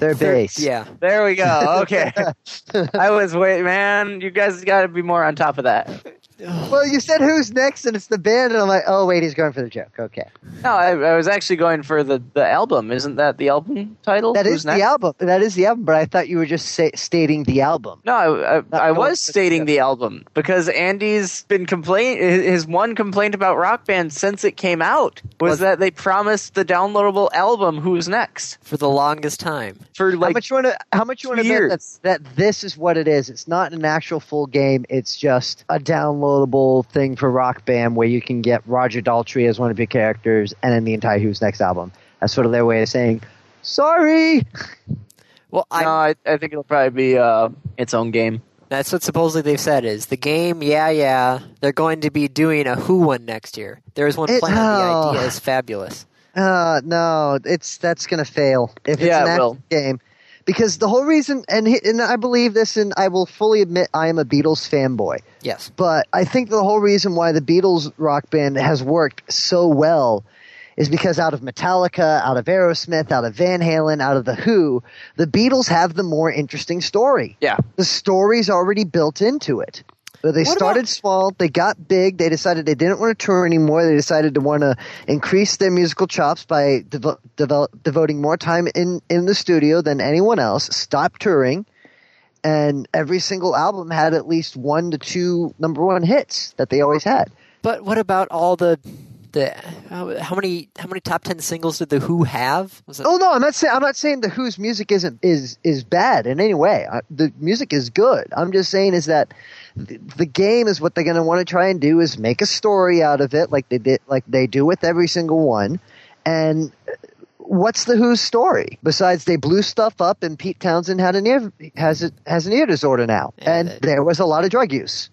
Their base. *laughs* Yeah. There *laughs* Oh, we go. Okay. I was wait, man. You guys got to be more on top of that. Well, you said who's next, and it's the band, and I'm like, oh wait, he's going for the joke. Okay, No, I, I was actually going for the, the album. Isn't that the album title? that Oh, Who's is Next? the album. That is the album. But I thought you were just sa- stating the album. No, I, I, I going was for the stating joke. the album because Andy's been complain his his one complaint about Rock Band since it came out was Was- that they promised the downloadable album Who's Next for the longest time. for how like much you want to? How much you want to two bet that, years. that this is what it is? It's not an actual full game. It's just a downloadable thing for Rock Band where you can get Roger Daltrey as one of your characters, and then the entire Who's Next album. That's sort of their way of saying sorry. Well, I, no, I, I think it'll probably be uh, its own game. that's what supposedly they've said is the game. Yeah, yeah, they're going to be doing a Who one next year. There is one It- plan. oh. The idea is fabulous. Uh, no, it's that's gonna fail if it's Yeah, an it actual will. game, because the whole reason and he- and I believe this, and I will fully admit I am a Beatles fanboy, Yes, but I think the whole reason why the Beatles rock band has worked so well is because out of Metallica, out of Aerosmith, out of Van Halen, out of the Who, the Beatles have the more interesting story Yeah, the story's already built into it. So they What started about- small, they got big, they decided they didn't want to tour anymore, they decided to want to increase their musical chops by devo- develop, devoting more time in, in the studio than anyone else, stopped touring, and every single album had at least one to two number one hits that they always had. but what about all the the how, how many how many top ten singles did the Who have? Was it, Oh no, I'm not saying I'm not saying the Who's music isn't is is bad in any way. I, the music is good. I'm just saying is that the, the game is what they're going to want to try and do is make a story out of it, like they did, like they do with every single one. And uh, what's the Who's story besides they blew stuff up and Pete Townsend had an ear has a, has an ear disorder now, Yeah, and that- there was a lot of *laughs* drug use,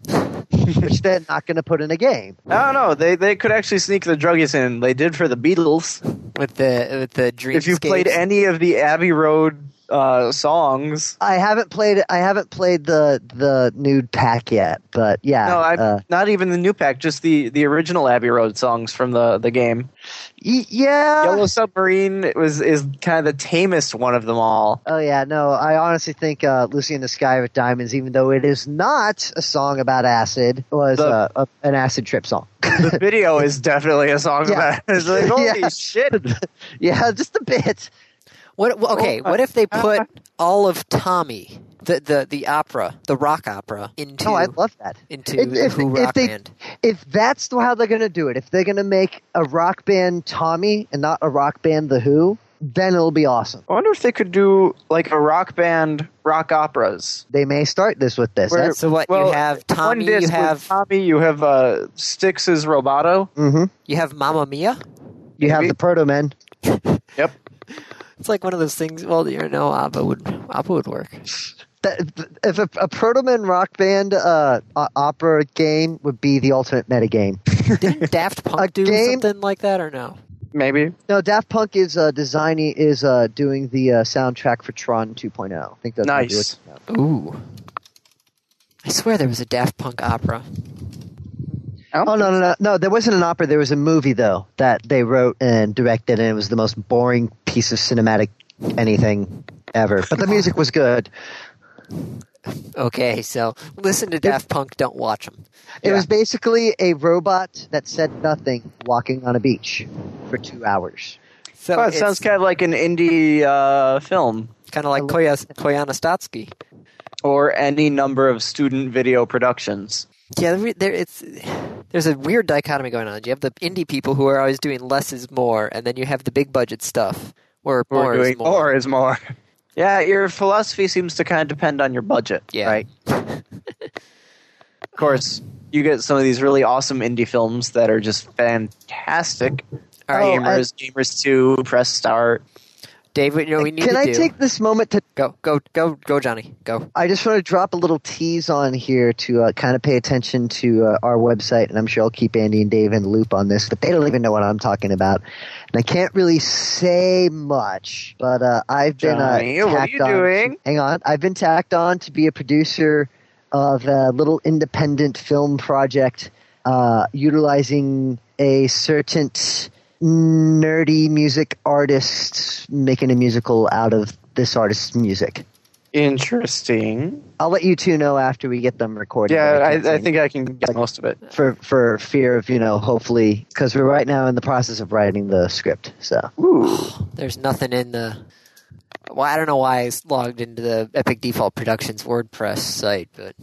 which they're not going to put in a game. I don't know. They they could actually sneak the druggies in. They did for the Beatles. with the with the Dreamscapes? If you played any of the Abbey Road uh, songs, I haven't played I haven't played the the nude pack yet, but yeah. no, I, uh, not even the new pack, just the the original Abbey Road songs from the the game. Y- yeah. Yellow Submarine was is kind of the tamest one of *laughs* them all. Oh yeah, no. I honestly think uh, "Lucy in the Sky with Diamonds," even though it is not a song about acid, was The- uh, a, an acid trip song. *laughs* The video is definitely a song Yeah. about. It's like, holy *laughs* Yeah. shit! yeah, just a bit. What? wh- Okay. Oh, what if they uh, put all of Tommy, the the the opera, the rock opera, into Oh, No, I love that. into If- if- the Who if rock they- band? If that's the- how they're going to do it, if they're going to make a rock band Tommy and not a rock band The Who, then it'll be awesome. I wonder if they could do like a rock band rock operas. They may start this with this. Where- That's, So what? well, you have One Tommy. disc You with have Tommy. You have uh, Styx's Roboto. mhm. you have Mamma Mia. You have Maybe. the Proto Men. Yep. It's like one of those things. Well, you know, ABBA would ABBA would work. That- If a, a Proto Men rock band uh, o- opera game would be the ultimate meta game. Didn't Daft Punk do game- something like that or no? Maybe. No, Daft Punk is uh, designing is uh, doing the uh, soundtrack for Tron 2.0. I think that's gonna do Nice. it. Ooh. I swear there was a Daft Punk opera. Oh no, no, no, no! There wasn't an opera. There was a movie though that they wrote and directed, and it was the most boring piece of cinematic anything ever. But the music was good. Okay, so listen to Daft Punk, don't watch them. It Yeah. was basically a robot that said nothing walking on a beach for two hours. So Well, it sounds kind kind of like an indie uh, film of like Koyas, Koyaanisqatski. or any number of student video productions. Yeah, there, there, it's there's a weird dichotomy going on. You have the indie people who are always doing less is more, and then you have the big budget stuff where We're more doing is more. more is more. Yeah, your philosophy seems to kind of depend on your budget, Yeah. right? of course, you get some of these really awesome indie films that are just fantastic. All right, Oh, I- Gamers, Gamers Two, Press Start. Dave, you know what we need Can to I do. take this moment to Go, go, go, go, Johnny. Go. I just want to drop a little tease on here to uh, kind of pay attention to uh, our website, and I'm sure I'll keep Andy and Dave in the loop on this, but they don't even know what I'm talking about. And I can't really say much, but uh, I've been uh, Johnny, what are tacked you on- doing? Hang on, I've been tacked on to be a producer of a little independent film project uh, utilizing a certain nerdy music artist making a musical out of this artist's music. Interesting. I'll let you two know after we get them recorded. Yeah, what it is I, I and- think I can get most of it. for for fear of you know hopefully because we're right now in the process of writing the script. So *laughs* Ooh. There's nothing in the. Well, I don't know why I logged into the Epic Default Productions WordPress site, but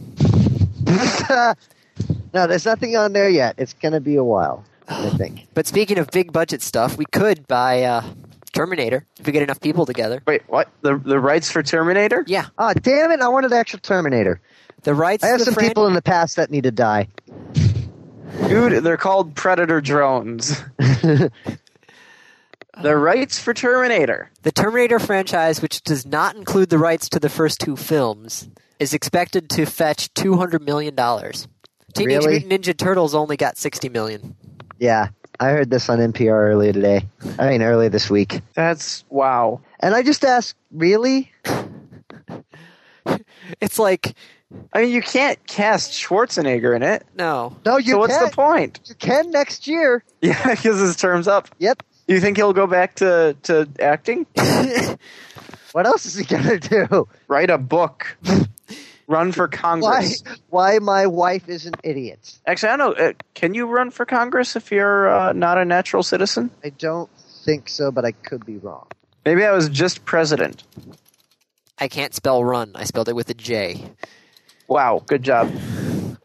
no, there's nothing on there yet. It's gonna be a while, *sighs* I think. but speaking of big budget stuff, we could buy uh, Terminator if we get enough people together. Wait, what? The the rights for Terminator? Yeah, Oh damn it! I wanted the actual Terminator. the rights. I have to the some fran- people in the past that need to die. *laughs* Dude, they're called *laughs* Predator drones. the rights for Terminator. The Terminator franchise, which does not include the rights to the first two films, is expected to fetch two hundred million dollars. Teenage Really? Mutant Ninja Turtles only got sixty million. Yeah, I heard this on NPR earlier today. I mean, earlier this week. That's wow. And I just asked, really? It's like I mean, you can't cast Schwarzenegger in it. no, No, you so what's can. the point? *laughs* You can next year. Yeah, because his term's up. Yep. You think he'll go back to, to *laughs* acting? What else is he gonna do? Write a book. run for Why? Congress. Why my wife is an idiot? Actually, I don't know. Uh, can you run for Congress if you're uh, not a natural citizen? I don't think so, but I could be wrong. Maybe I was just president. I can't spell run. I spelled it with a J. Wow, good job.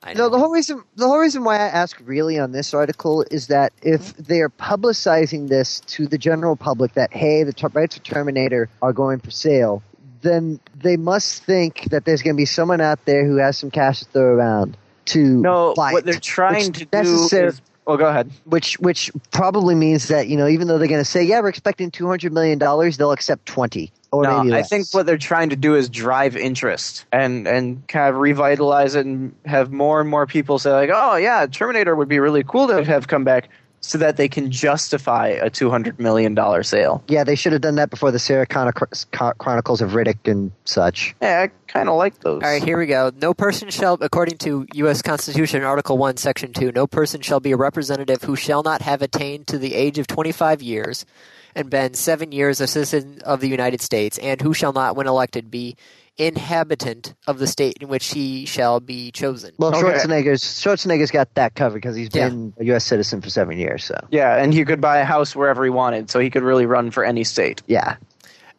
I No, the whole reason the whole reason why I ask really on this article is that if they are publicizing this to the general public that hey, the ter- rights for Terminator are going for sale, then they must think that there's going to be someone out there who has some cash to throw around to No, buy what they're it, trying which to do necessar- is. Oh, go ahead. which which probably means that you know even though they're going to say yeah we're expecting two hundred million dollars, they'll accept twenty or no, maybe I less. think what they're trying to do is drive interest and and kind of revitalize it and have more and more people say like, oh yeah, Terminator would be really cool to have come back, so that they can justify a two hundred million dollar sale. yeah they should have done that before the Sarah Connor Chron- Chronicles of Riddick and such. Yeah, I kind of like those. All right, here we go. No person shall, according to U.S. Constitution, Article 1, Section 2, no person shall be a representative who shall not have attained to the age of 25 years and been seven years a citizen of the United States, and who shall not, when elected, be inhabitant of the state in which he shall be chosen. Well, Okay. Schwarzenegger's Schwarzenegger's got that covered because he's Yeah. been a U.S. citizen for seven years. So Yeah, and he could buy a house wherever he wanted, so he could really run for any state. yeah,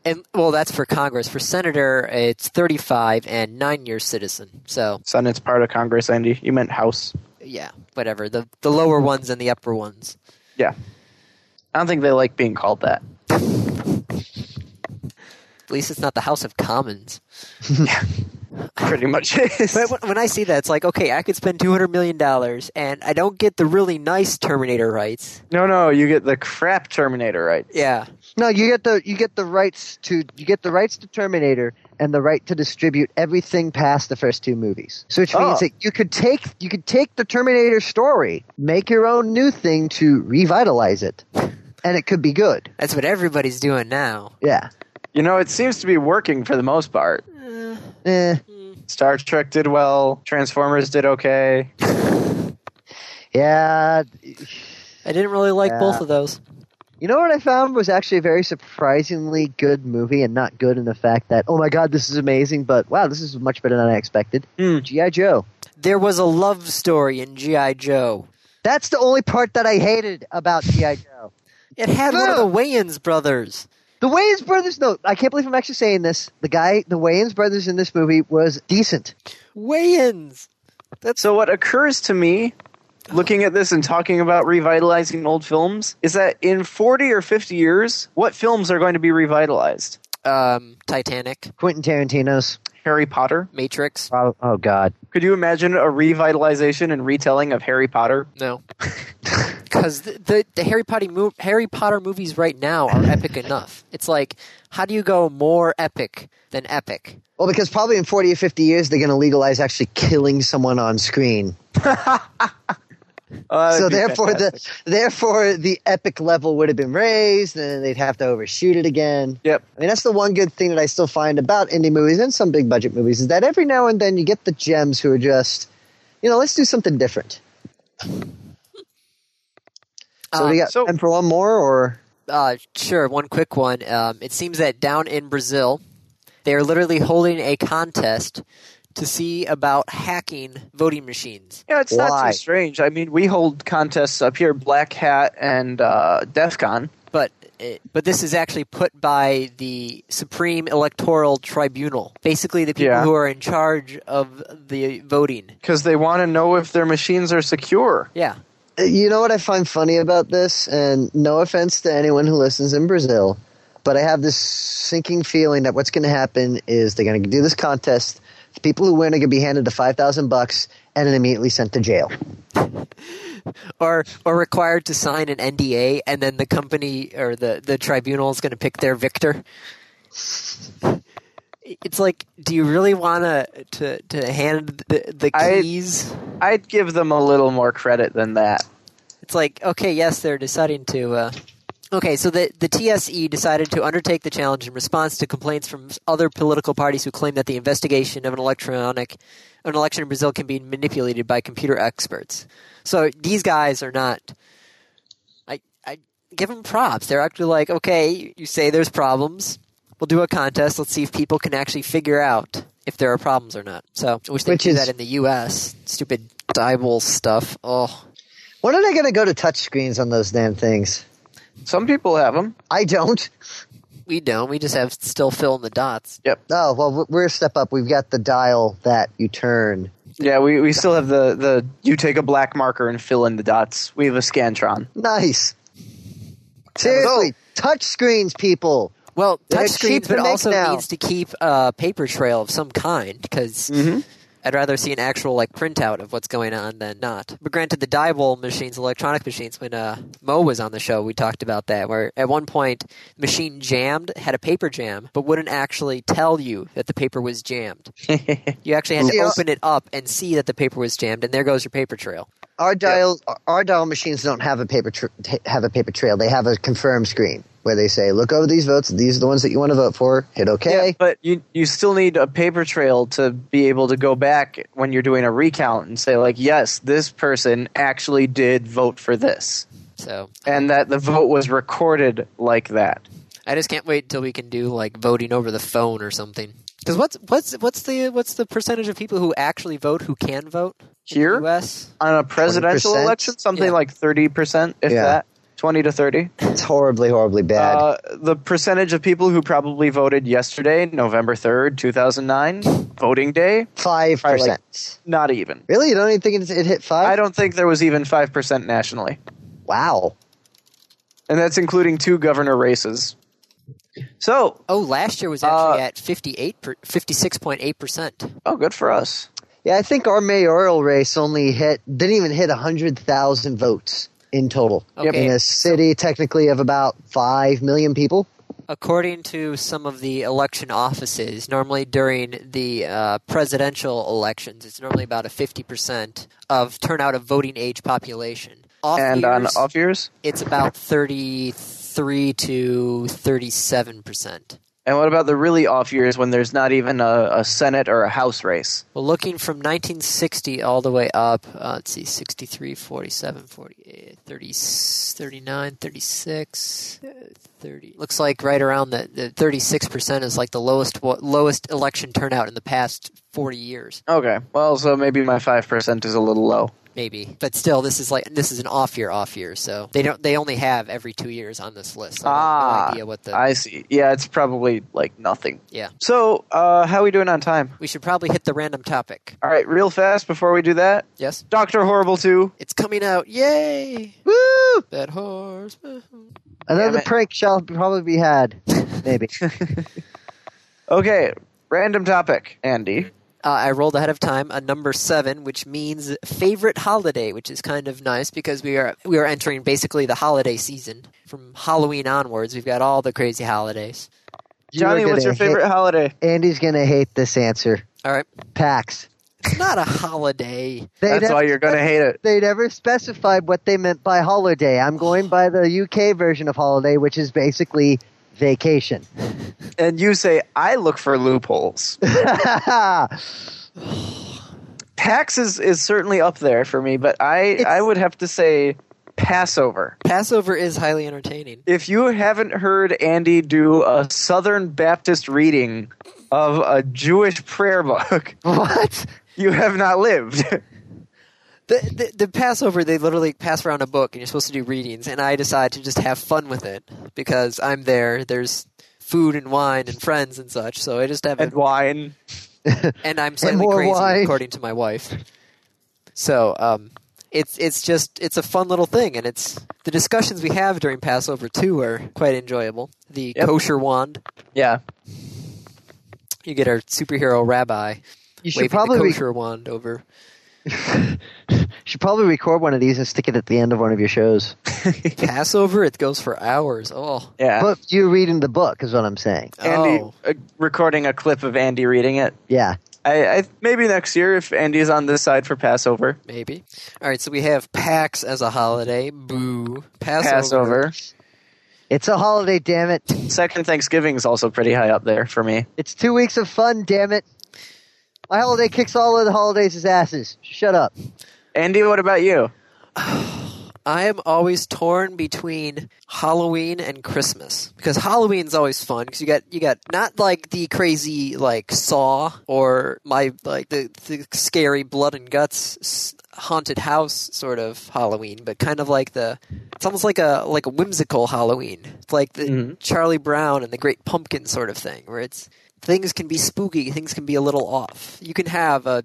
and well, that's for Congress. For senator, it's 35 and nine years citizen. So Senate's part of Congress, Andy. You meant house. yeah, whatever. The the lower ones and the upper ones. Yeah. I don't think they like being called that. At least it's not the House of Commons. Pretty much *laughs* is. But when- when I see that, it's like, okay, I could spend two hundred million dollars, and I don't get the really nice Terminator rights. no, no, you get the crap Terminator right. Yeah, no, you get the you get the rights to you get the rights to Terminator and the right to distribute everything past the first two movies. So which means Oh. that you could take you could take the Terminator story, make your own new thing to revitalize it, and it could be good. that's what everybody's doing now. Yeah. You know, it seems to be working for the most part. Eh. Star Trek did well. Transformers did okay. Yeah. I didn't really like Yeah. both of those. You know what I found was actually a very surprisingly good movie, and not good in the fact that oh my god, this is amazing, but wow, this is much better than I expected. Hmm. GI Joe. There was a love story in GI Joe. That's the only part that I hated about GI Joe. It had one of Yeah. the Wayans brothers. The Wayans brothers. No, I can't believe I'm actually saying this. The guy, the Wayans brothers in this movie was decent. Wayans. So, what occurs to me looking at this and talking about revitalizing old films is that in 40 or 50 years, what films are going to be revitalized? Um, Titanic, Quentin Tarantino's. Harry Potter? Matrix. Oh, oh God. Could you imagine a revitalization and retelling of Harry Potter? No, *laughs* because the, the the Harry Potter mo- Harry Potter movies right now are epic enough. It's like, how do you go more epic than epic? Well, because probably in 40 or 50 years they're going to legalize actually killing someone on screen. Uh, so it'd be therefore, the fantastic. therefore the epic level would have been raised, and then they'd have to overshoot it again. Yep. I mean, that's the one good thing that I still find about indie movies and some big budget movies is that every now and then you get the gems who are just, you know, let's do something different. So Um, we got so- time for one more, or Uh, sure. One quick one. Um, it seems that down in Brazil, They are literally holding a contest to see about hacking voting machines. Yeah, it's not Why? too strange. I mean, we hold contests up here, Black Hat and uh, DEF CON. But it, but this is actually put by the Supreme Electoral Tribunal. Basically, the people Yeah. who are in charge of the voting. Because they want to know if their machines are secure. Yeah. You know what I find funny about this, and no offense to anyone who listens in Brazil, but I have this sinking feeling that what's going to happen is they're going to do this contest. The people who win are going to be handed the five thousand bucks and then immediately sent to jail. or or required to sign an NDA, and then the company or the the tribunal is going to pick their victor. It's like, do you really want to to hand the the I- keys? I'd give them a little more credit than that. It's like, okay, yes, they're deciding to. Uh, okay, so the the TSE decided to undertake the challenge in response to complaints from other political parties who claim that the investigation of an electronic an election in Brazil can be manipulated by computer experts. So these guys are not. I I give them props. They're actually like, okay, you say there's problems. We'll do a contest. Let's see if people can actually figure out if there are problems or not. So I wish they Which do is- that in the U.S. Stupid Dibble stuff. Oh. When are they going to go to touch screens on those damn things? Some people have them. I don't. We don't. We just have still fill in the dots. Oh well, we're a step up. We've got the dial that you turn. Yeah, we, we still have the, the you take a black marker and fill in the dots. We have a Scantron. Nice. Seriously, touch screens, people. Well, They're touch cheap screens, to but make also now. needs to keep a paper trail of some kind because Mm-hmm. I'd rather see an actual like printout of what's going on than not. But granted, the dial machines, electronic machines. When uh, Mo was on the show, we talked about that. Where at one point, the machine jammed, had a paper jam, but wouldn't actually tell you that the paper was *laughs* jammed. you actually had to Yeah. open it up and see that the paper was jammed, and there goes your paper trail. Our dial, our dial machines don't have a paper tr have a paper trail. They have a confirm screen where they say, "Look over these votes. These are the ones that you want to vote for. Hit Yeah, OK." but you you still need a paper trail to be able to go back when you're doing a recount and say like, yes, this person actually did vote for this, So and that the vote was recorded like that. I just can't wait till we can do like voting over the phone or something. Because what's what's what's the what's the percentage of people who actually vote who can vote in the Here? U.S. On a presidential 20%? election, something Yeah. like thirty percent, if Yeah. that, twenty to thirty. It's horribly, horribly bad. Uh, the percentage of people who probably voted yesterday, November third, two thousand nine, voting day, Five probably like- percent. not even. Really? You don't even think it, it hit five? I don't think there was even five percent nationally. Wow. and that's including two governor races. So, Oh, last year was Uh, actually at 58 per, 56.8 percent. oh, good for us. Yeah, I think our mayoral race only hit didn't even hit hundred thousand votes in total Yep. in a city technically of about five million people. According to some of the election offices, normally during the uh, presidential elections, it's normally about a 50 percent of turnout of voting age population. Off And on years, off years. it's about 33 to 37 percent. And what about the really off years when there's not even a, a Senate or a House race? Well, looking from 1960 all the way up, uh, let's see, 63, 47, 48, 30, 39, 36, uh, 30. Looks like right around the, the 36% is like the lowest wa- lowest election turnout in the past 40 years, Okay, well, so maybe my five percent is a little low. maybe. But still, this is like this is an off year, off year. So they don't they only have every two years on this list. So I have no Ah, idea what the I see. Yeah, it's probably like nothing. yeah. So, uh, how we doing on time? We should probably hit the random topic. All right, real fast before we do that, Yes, Doctor Horrible Two. it's coming out. Yay! Woo! That horse. Another it. prank shall probably be had. *laughs* Maybe. Okay, random topic, Andy. Uh, I rolled ahead of time a number seven, which means favorite holiday, which is kind of nice because we are we are entering basically the holiday season from Halloween onwards. We've got all the crazy holidays. You are Johnny, what's gonna your favorite holiday? hate- Andy's gonna hate this answer. All right, PAX. it's not a holiday. They That's never- why you're gonna hate it. *laughs* They never specified what they meant by holiday. I'm going by the UK version of holiday, which is basically vacation. *laughs* And you say I look for loopholes. *laughs* it's PAX is, is certainly up there for me, but I, I would have to say Passover. Passover is highly entertaining. If you haven't heard Andy do a Southern Baptist reading of a Jewish prayer book, *laughs* What? you have *laughs* not lived. The, the, the Passover, they literally pass around a book, and you're supposed to do readings. And I decide to just have fun with it because I'm there. There's food and wine and friends and such. So I just have and it, wine. and I'm slightly more crazy, wine. according to my wife. So um, it's it's just it's a fun little thing, and it's the discussions we have during Passover too are quite enjoyable. The Yep. kosher wand, Yeah. you get our superhero rabbi You should waving probably the re- kosher wand *laughs* over. should probably record one of these and stick it at the end of one of your shows. Passover, it goes for hours. Oh, Yeah. But you're reading the book, is what I'm saying. Andy oh. uh, recording a clip of Andy reading it. Yeah. I, I maybe next year if Andy's on this side for Passover. Maybe. All right, so we have PAX as a holiday. Boo. Passover. Passover. It's a holiday, damn it. Second Thanksgiving is also pretty high up there for me. It's two weeks of fun, damn it. My holiday kicks all of the holidays' asses. Shut up. Andy, what about you? I am always torn between Halloween and Christmas because Halloween's always fun because you got you got not like the crazy like Saw or my like the, the scary blood and guts s- haunted house sort of Halloween, but kind of like the it's almost like a like a whimsical Halloween, it's like the Mhm. Charlie Brown and the Great Pumpkin sort of thing, where it's things can be spooky, things can be a little off. You can have a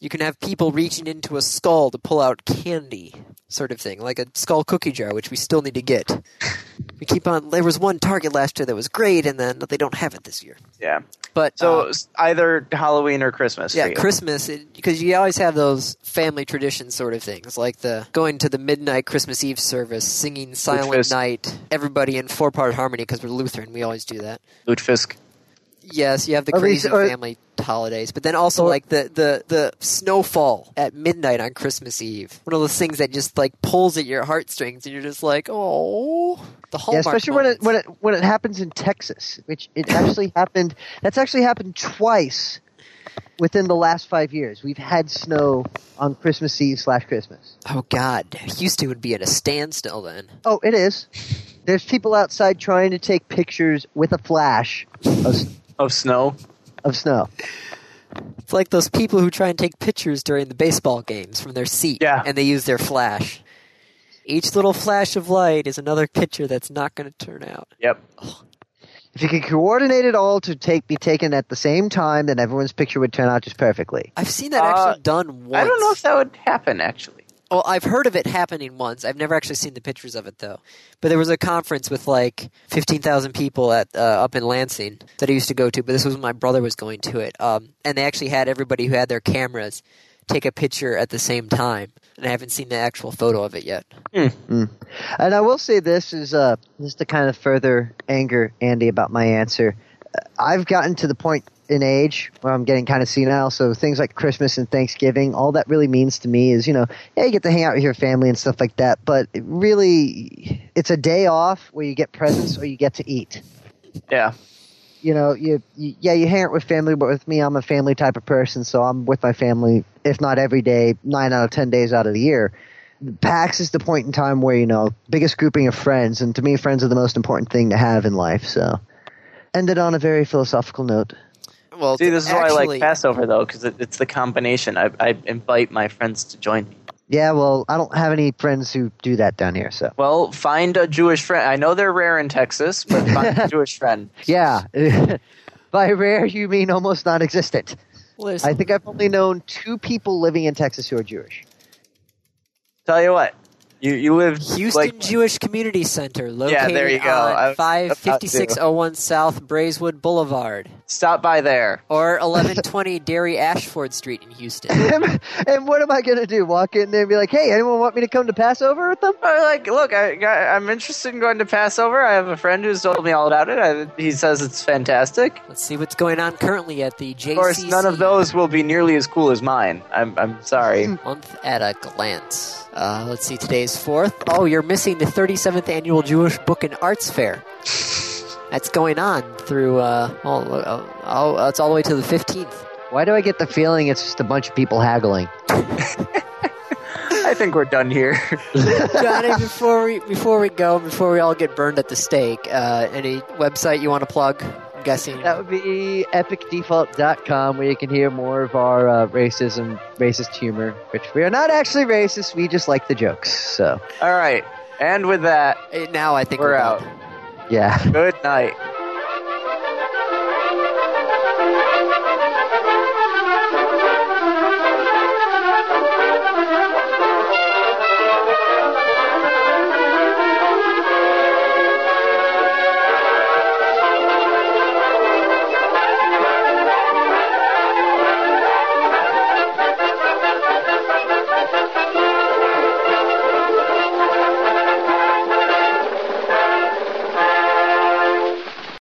you can have people reaching into a skull to pull out candy, sort of thing, like a skull cookie jar, which we still need to *laughs* get. We keep on. There was one Target last year that was great, and then they don't have it this year. Yeah. But So uh, s- either Halloween or Christmas. for yeah, you. Christmas because you always have those family tradition sort of things, like the going to the midnight Christmas Eve service, singing Silent was- Night, everybody in four part harmony because we're Lutheran. We always do that. Lutefisk. Yes, you have the Or at crazy least- or- family holidays, but then also Or- like the, the the snowfall at midnight on Christmas Eve. One of those things that just like pulls at your heartstrings, and you're just like, oh, the Yeah, hallmark. especially when moments. it, when it when it happens in Texas, which it actually *laughs* happened. That's actually happened twice within the last five years. We've had snow on Christmas Eve slash Christmas. oh God, Houston would be at a standstill then. Oh, it is. There's people outside trying to take pictures with a flash of, s- Of snow. of snow. It's like those people who try and take pictures during the baseball games from their seat, Yeah. and they use their flash. Each little flash of light is another picture that's not going to turn out. Yep. If you could coordinate it all to take be taken at the same time, then everyone's picture would turn out just perfectly. I've seen that Uh, actually done once. I don't know if that would happen actually. Well, I've heard of it happening once. I've never actually seen the pictures of it though. But there was a conference with like fifteen thousand people at uh, up in Lansing that I used to go to. But this was when my brother was going to it, um, and they actually had everybody who had their cameras take a picture at the same time. And I haven't seen the actual photo of it yet. And I will say this is uh, just to kind of further anger Andy about my answer. Uh, I've gotten to the point in age where I'm getting kind of senile, so things like Christmas and Thanksgiving, all that really means to me is, you know, yeah, you get to hang out with your family and stuff like that, but it really, it's a day off where you get presents or you get to eat. Yeah. You know, you, you yeah, you hang out with family, but with me, I'm a family type of person, so I'm with my family, if not every day, nine out of ten days out of the year. PAX is the point in time where, you know, biggest grouping of friends. And to me, friends are the most important thing to have in life. So, ended on a very philosophical note. Well, See, this is why I actually, like Passover though, because it, it's the combination. I, I invite my friends to join me. Yeah, well, I don't have any friends who do that down here. So, Well, find a Jewish friend. I know they're rare in Texas, *laughs* but find a Jewish friend. yeah. *laughs* By rare, you mean almost non existent. well, there's- I think I've only known two people living in Texas who are Jewish. Tell you what, you you live Houston like, Jewish Community Center, located Yeah, there you go. I on was about to. five fifty six oh one South Brazewood Boulevard Stop by there. or eleven twenty Dairy Ashford Street in Houston. *laughs* and what am I going to do? Walk in there and be like, hey, anyone want me to come to Passover with them? I Uh, like, look, I, I- I'm interested in going to Passover. I have a friend who's told me all about it. I, he says it's fantastic. Let's see what's going on currently at the JCC. Of course, none of those will be nearly as cool as mine. I'm, I'm sorry. Month at a glance. Uh, let's see, today's fourth. Oh, you're missing the 37th annual Jewish Book and Arts Fair. That's going on through. Uh, oh, uh, oh, uh, it's all the way to the 15th. Why do I get the feeling it's just a bunch of people haggling? I think we're done here. *laughs* Johnny, before we before we go, before we all get burned at the stake, uh, any website you want to plug? guessing. That would be epicdefault.com where you can hear more of our uh, racism, racist humor, which we are not actually racist. We just like the jokes. So, All right. And with that, Eh, Now I think We're we're, done. out. yeah. *laughs* good night.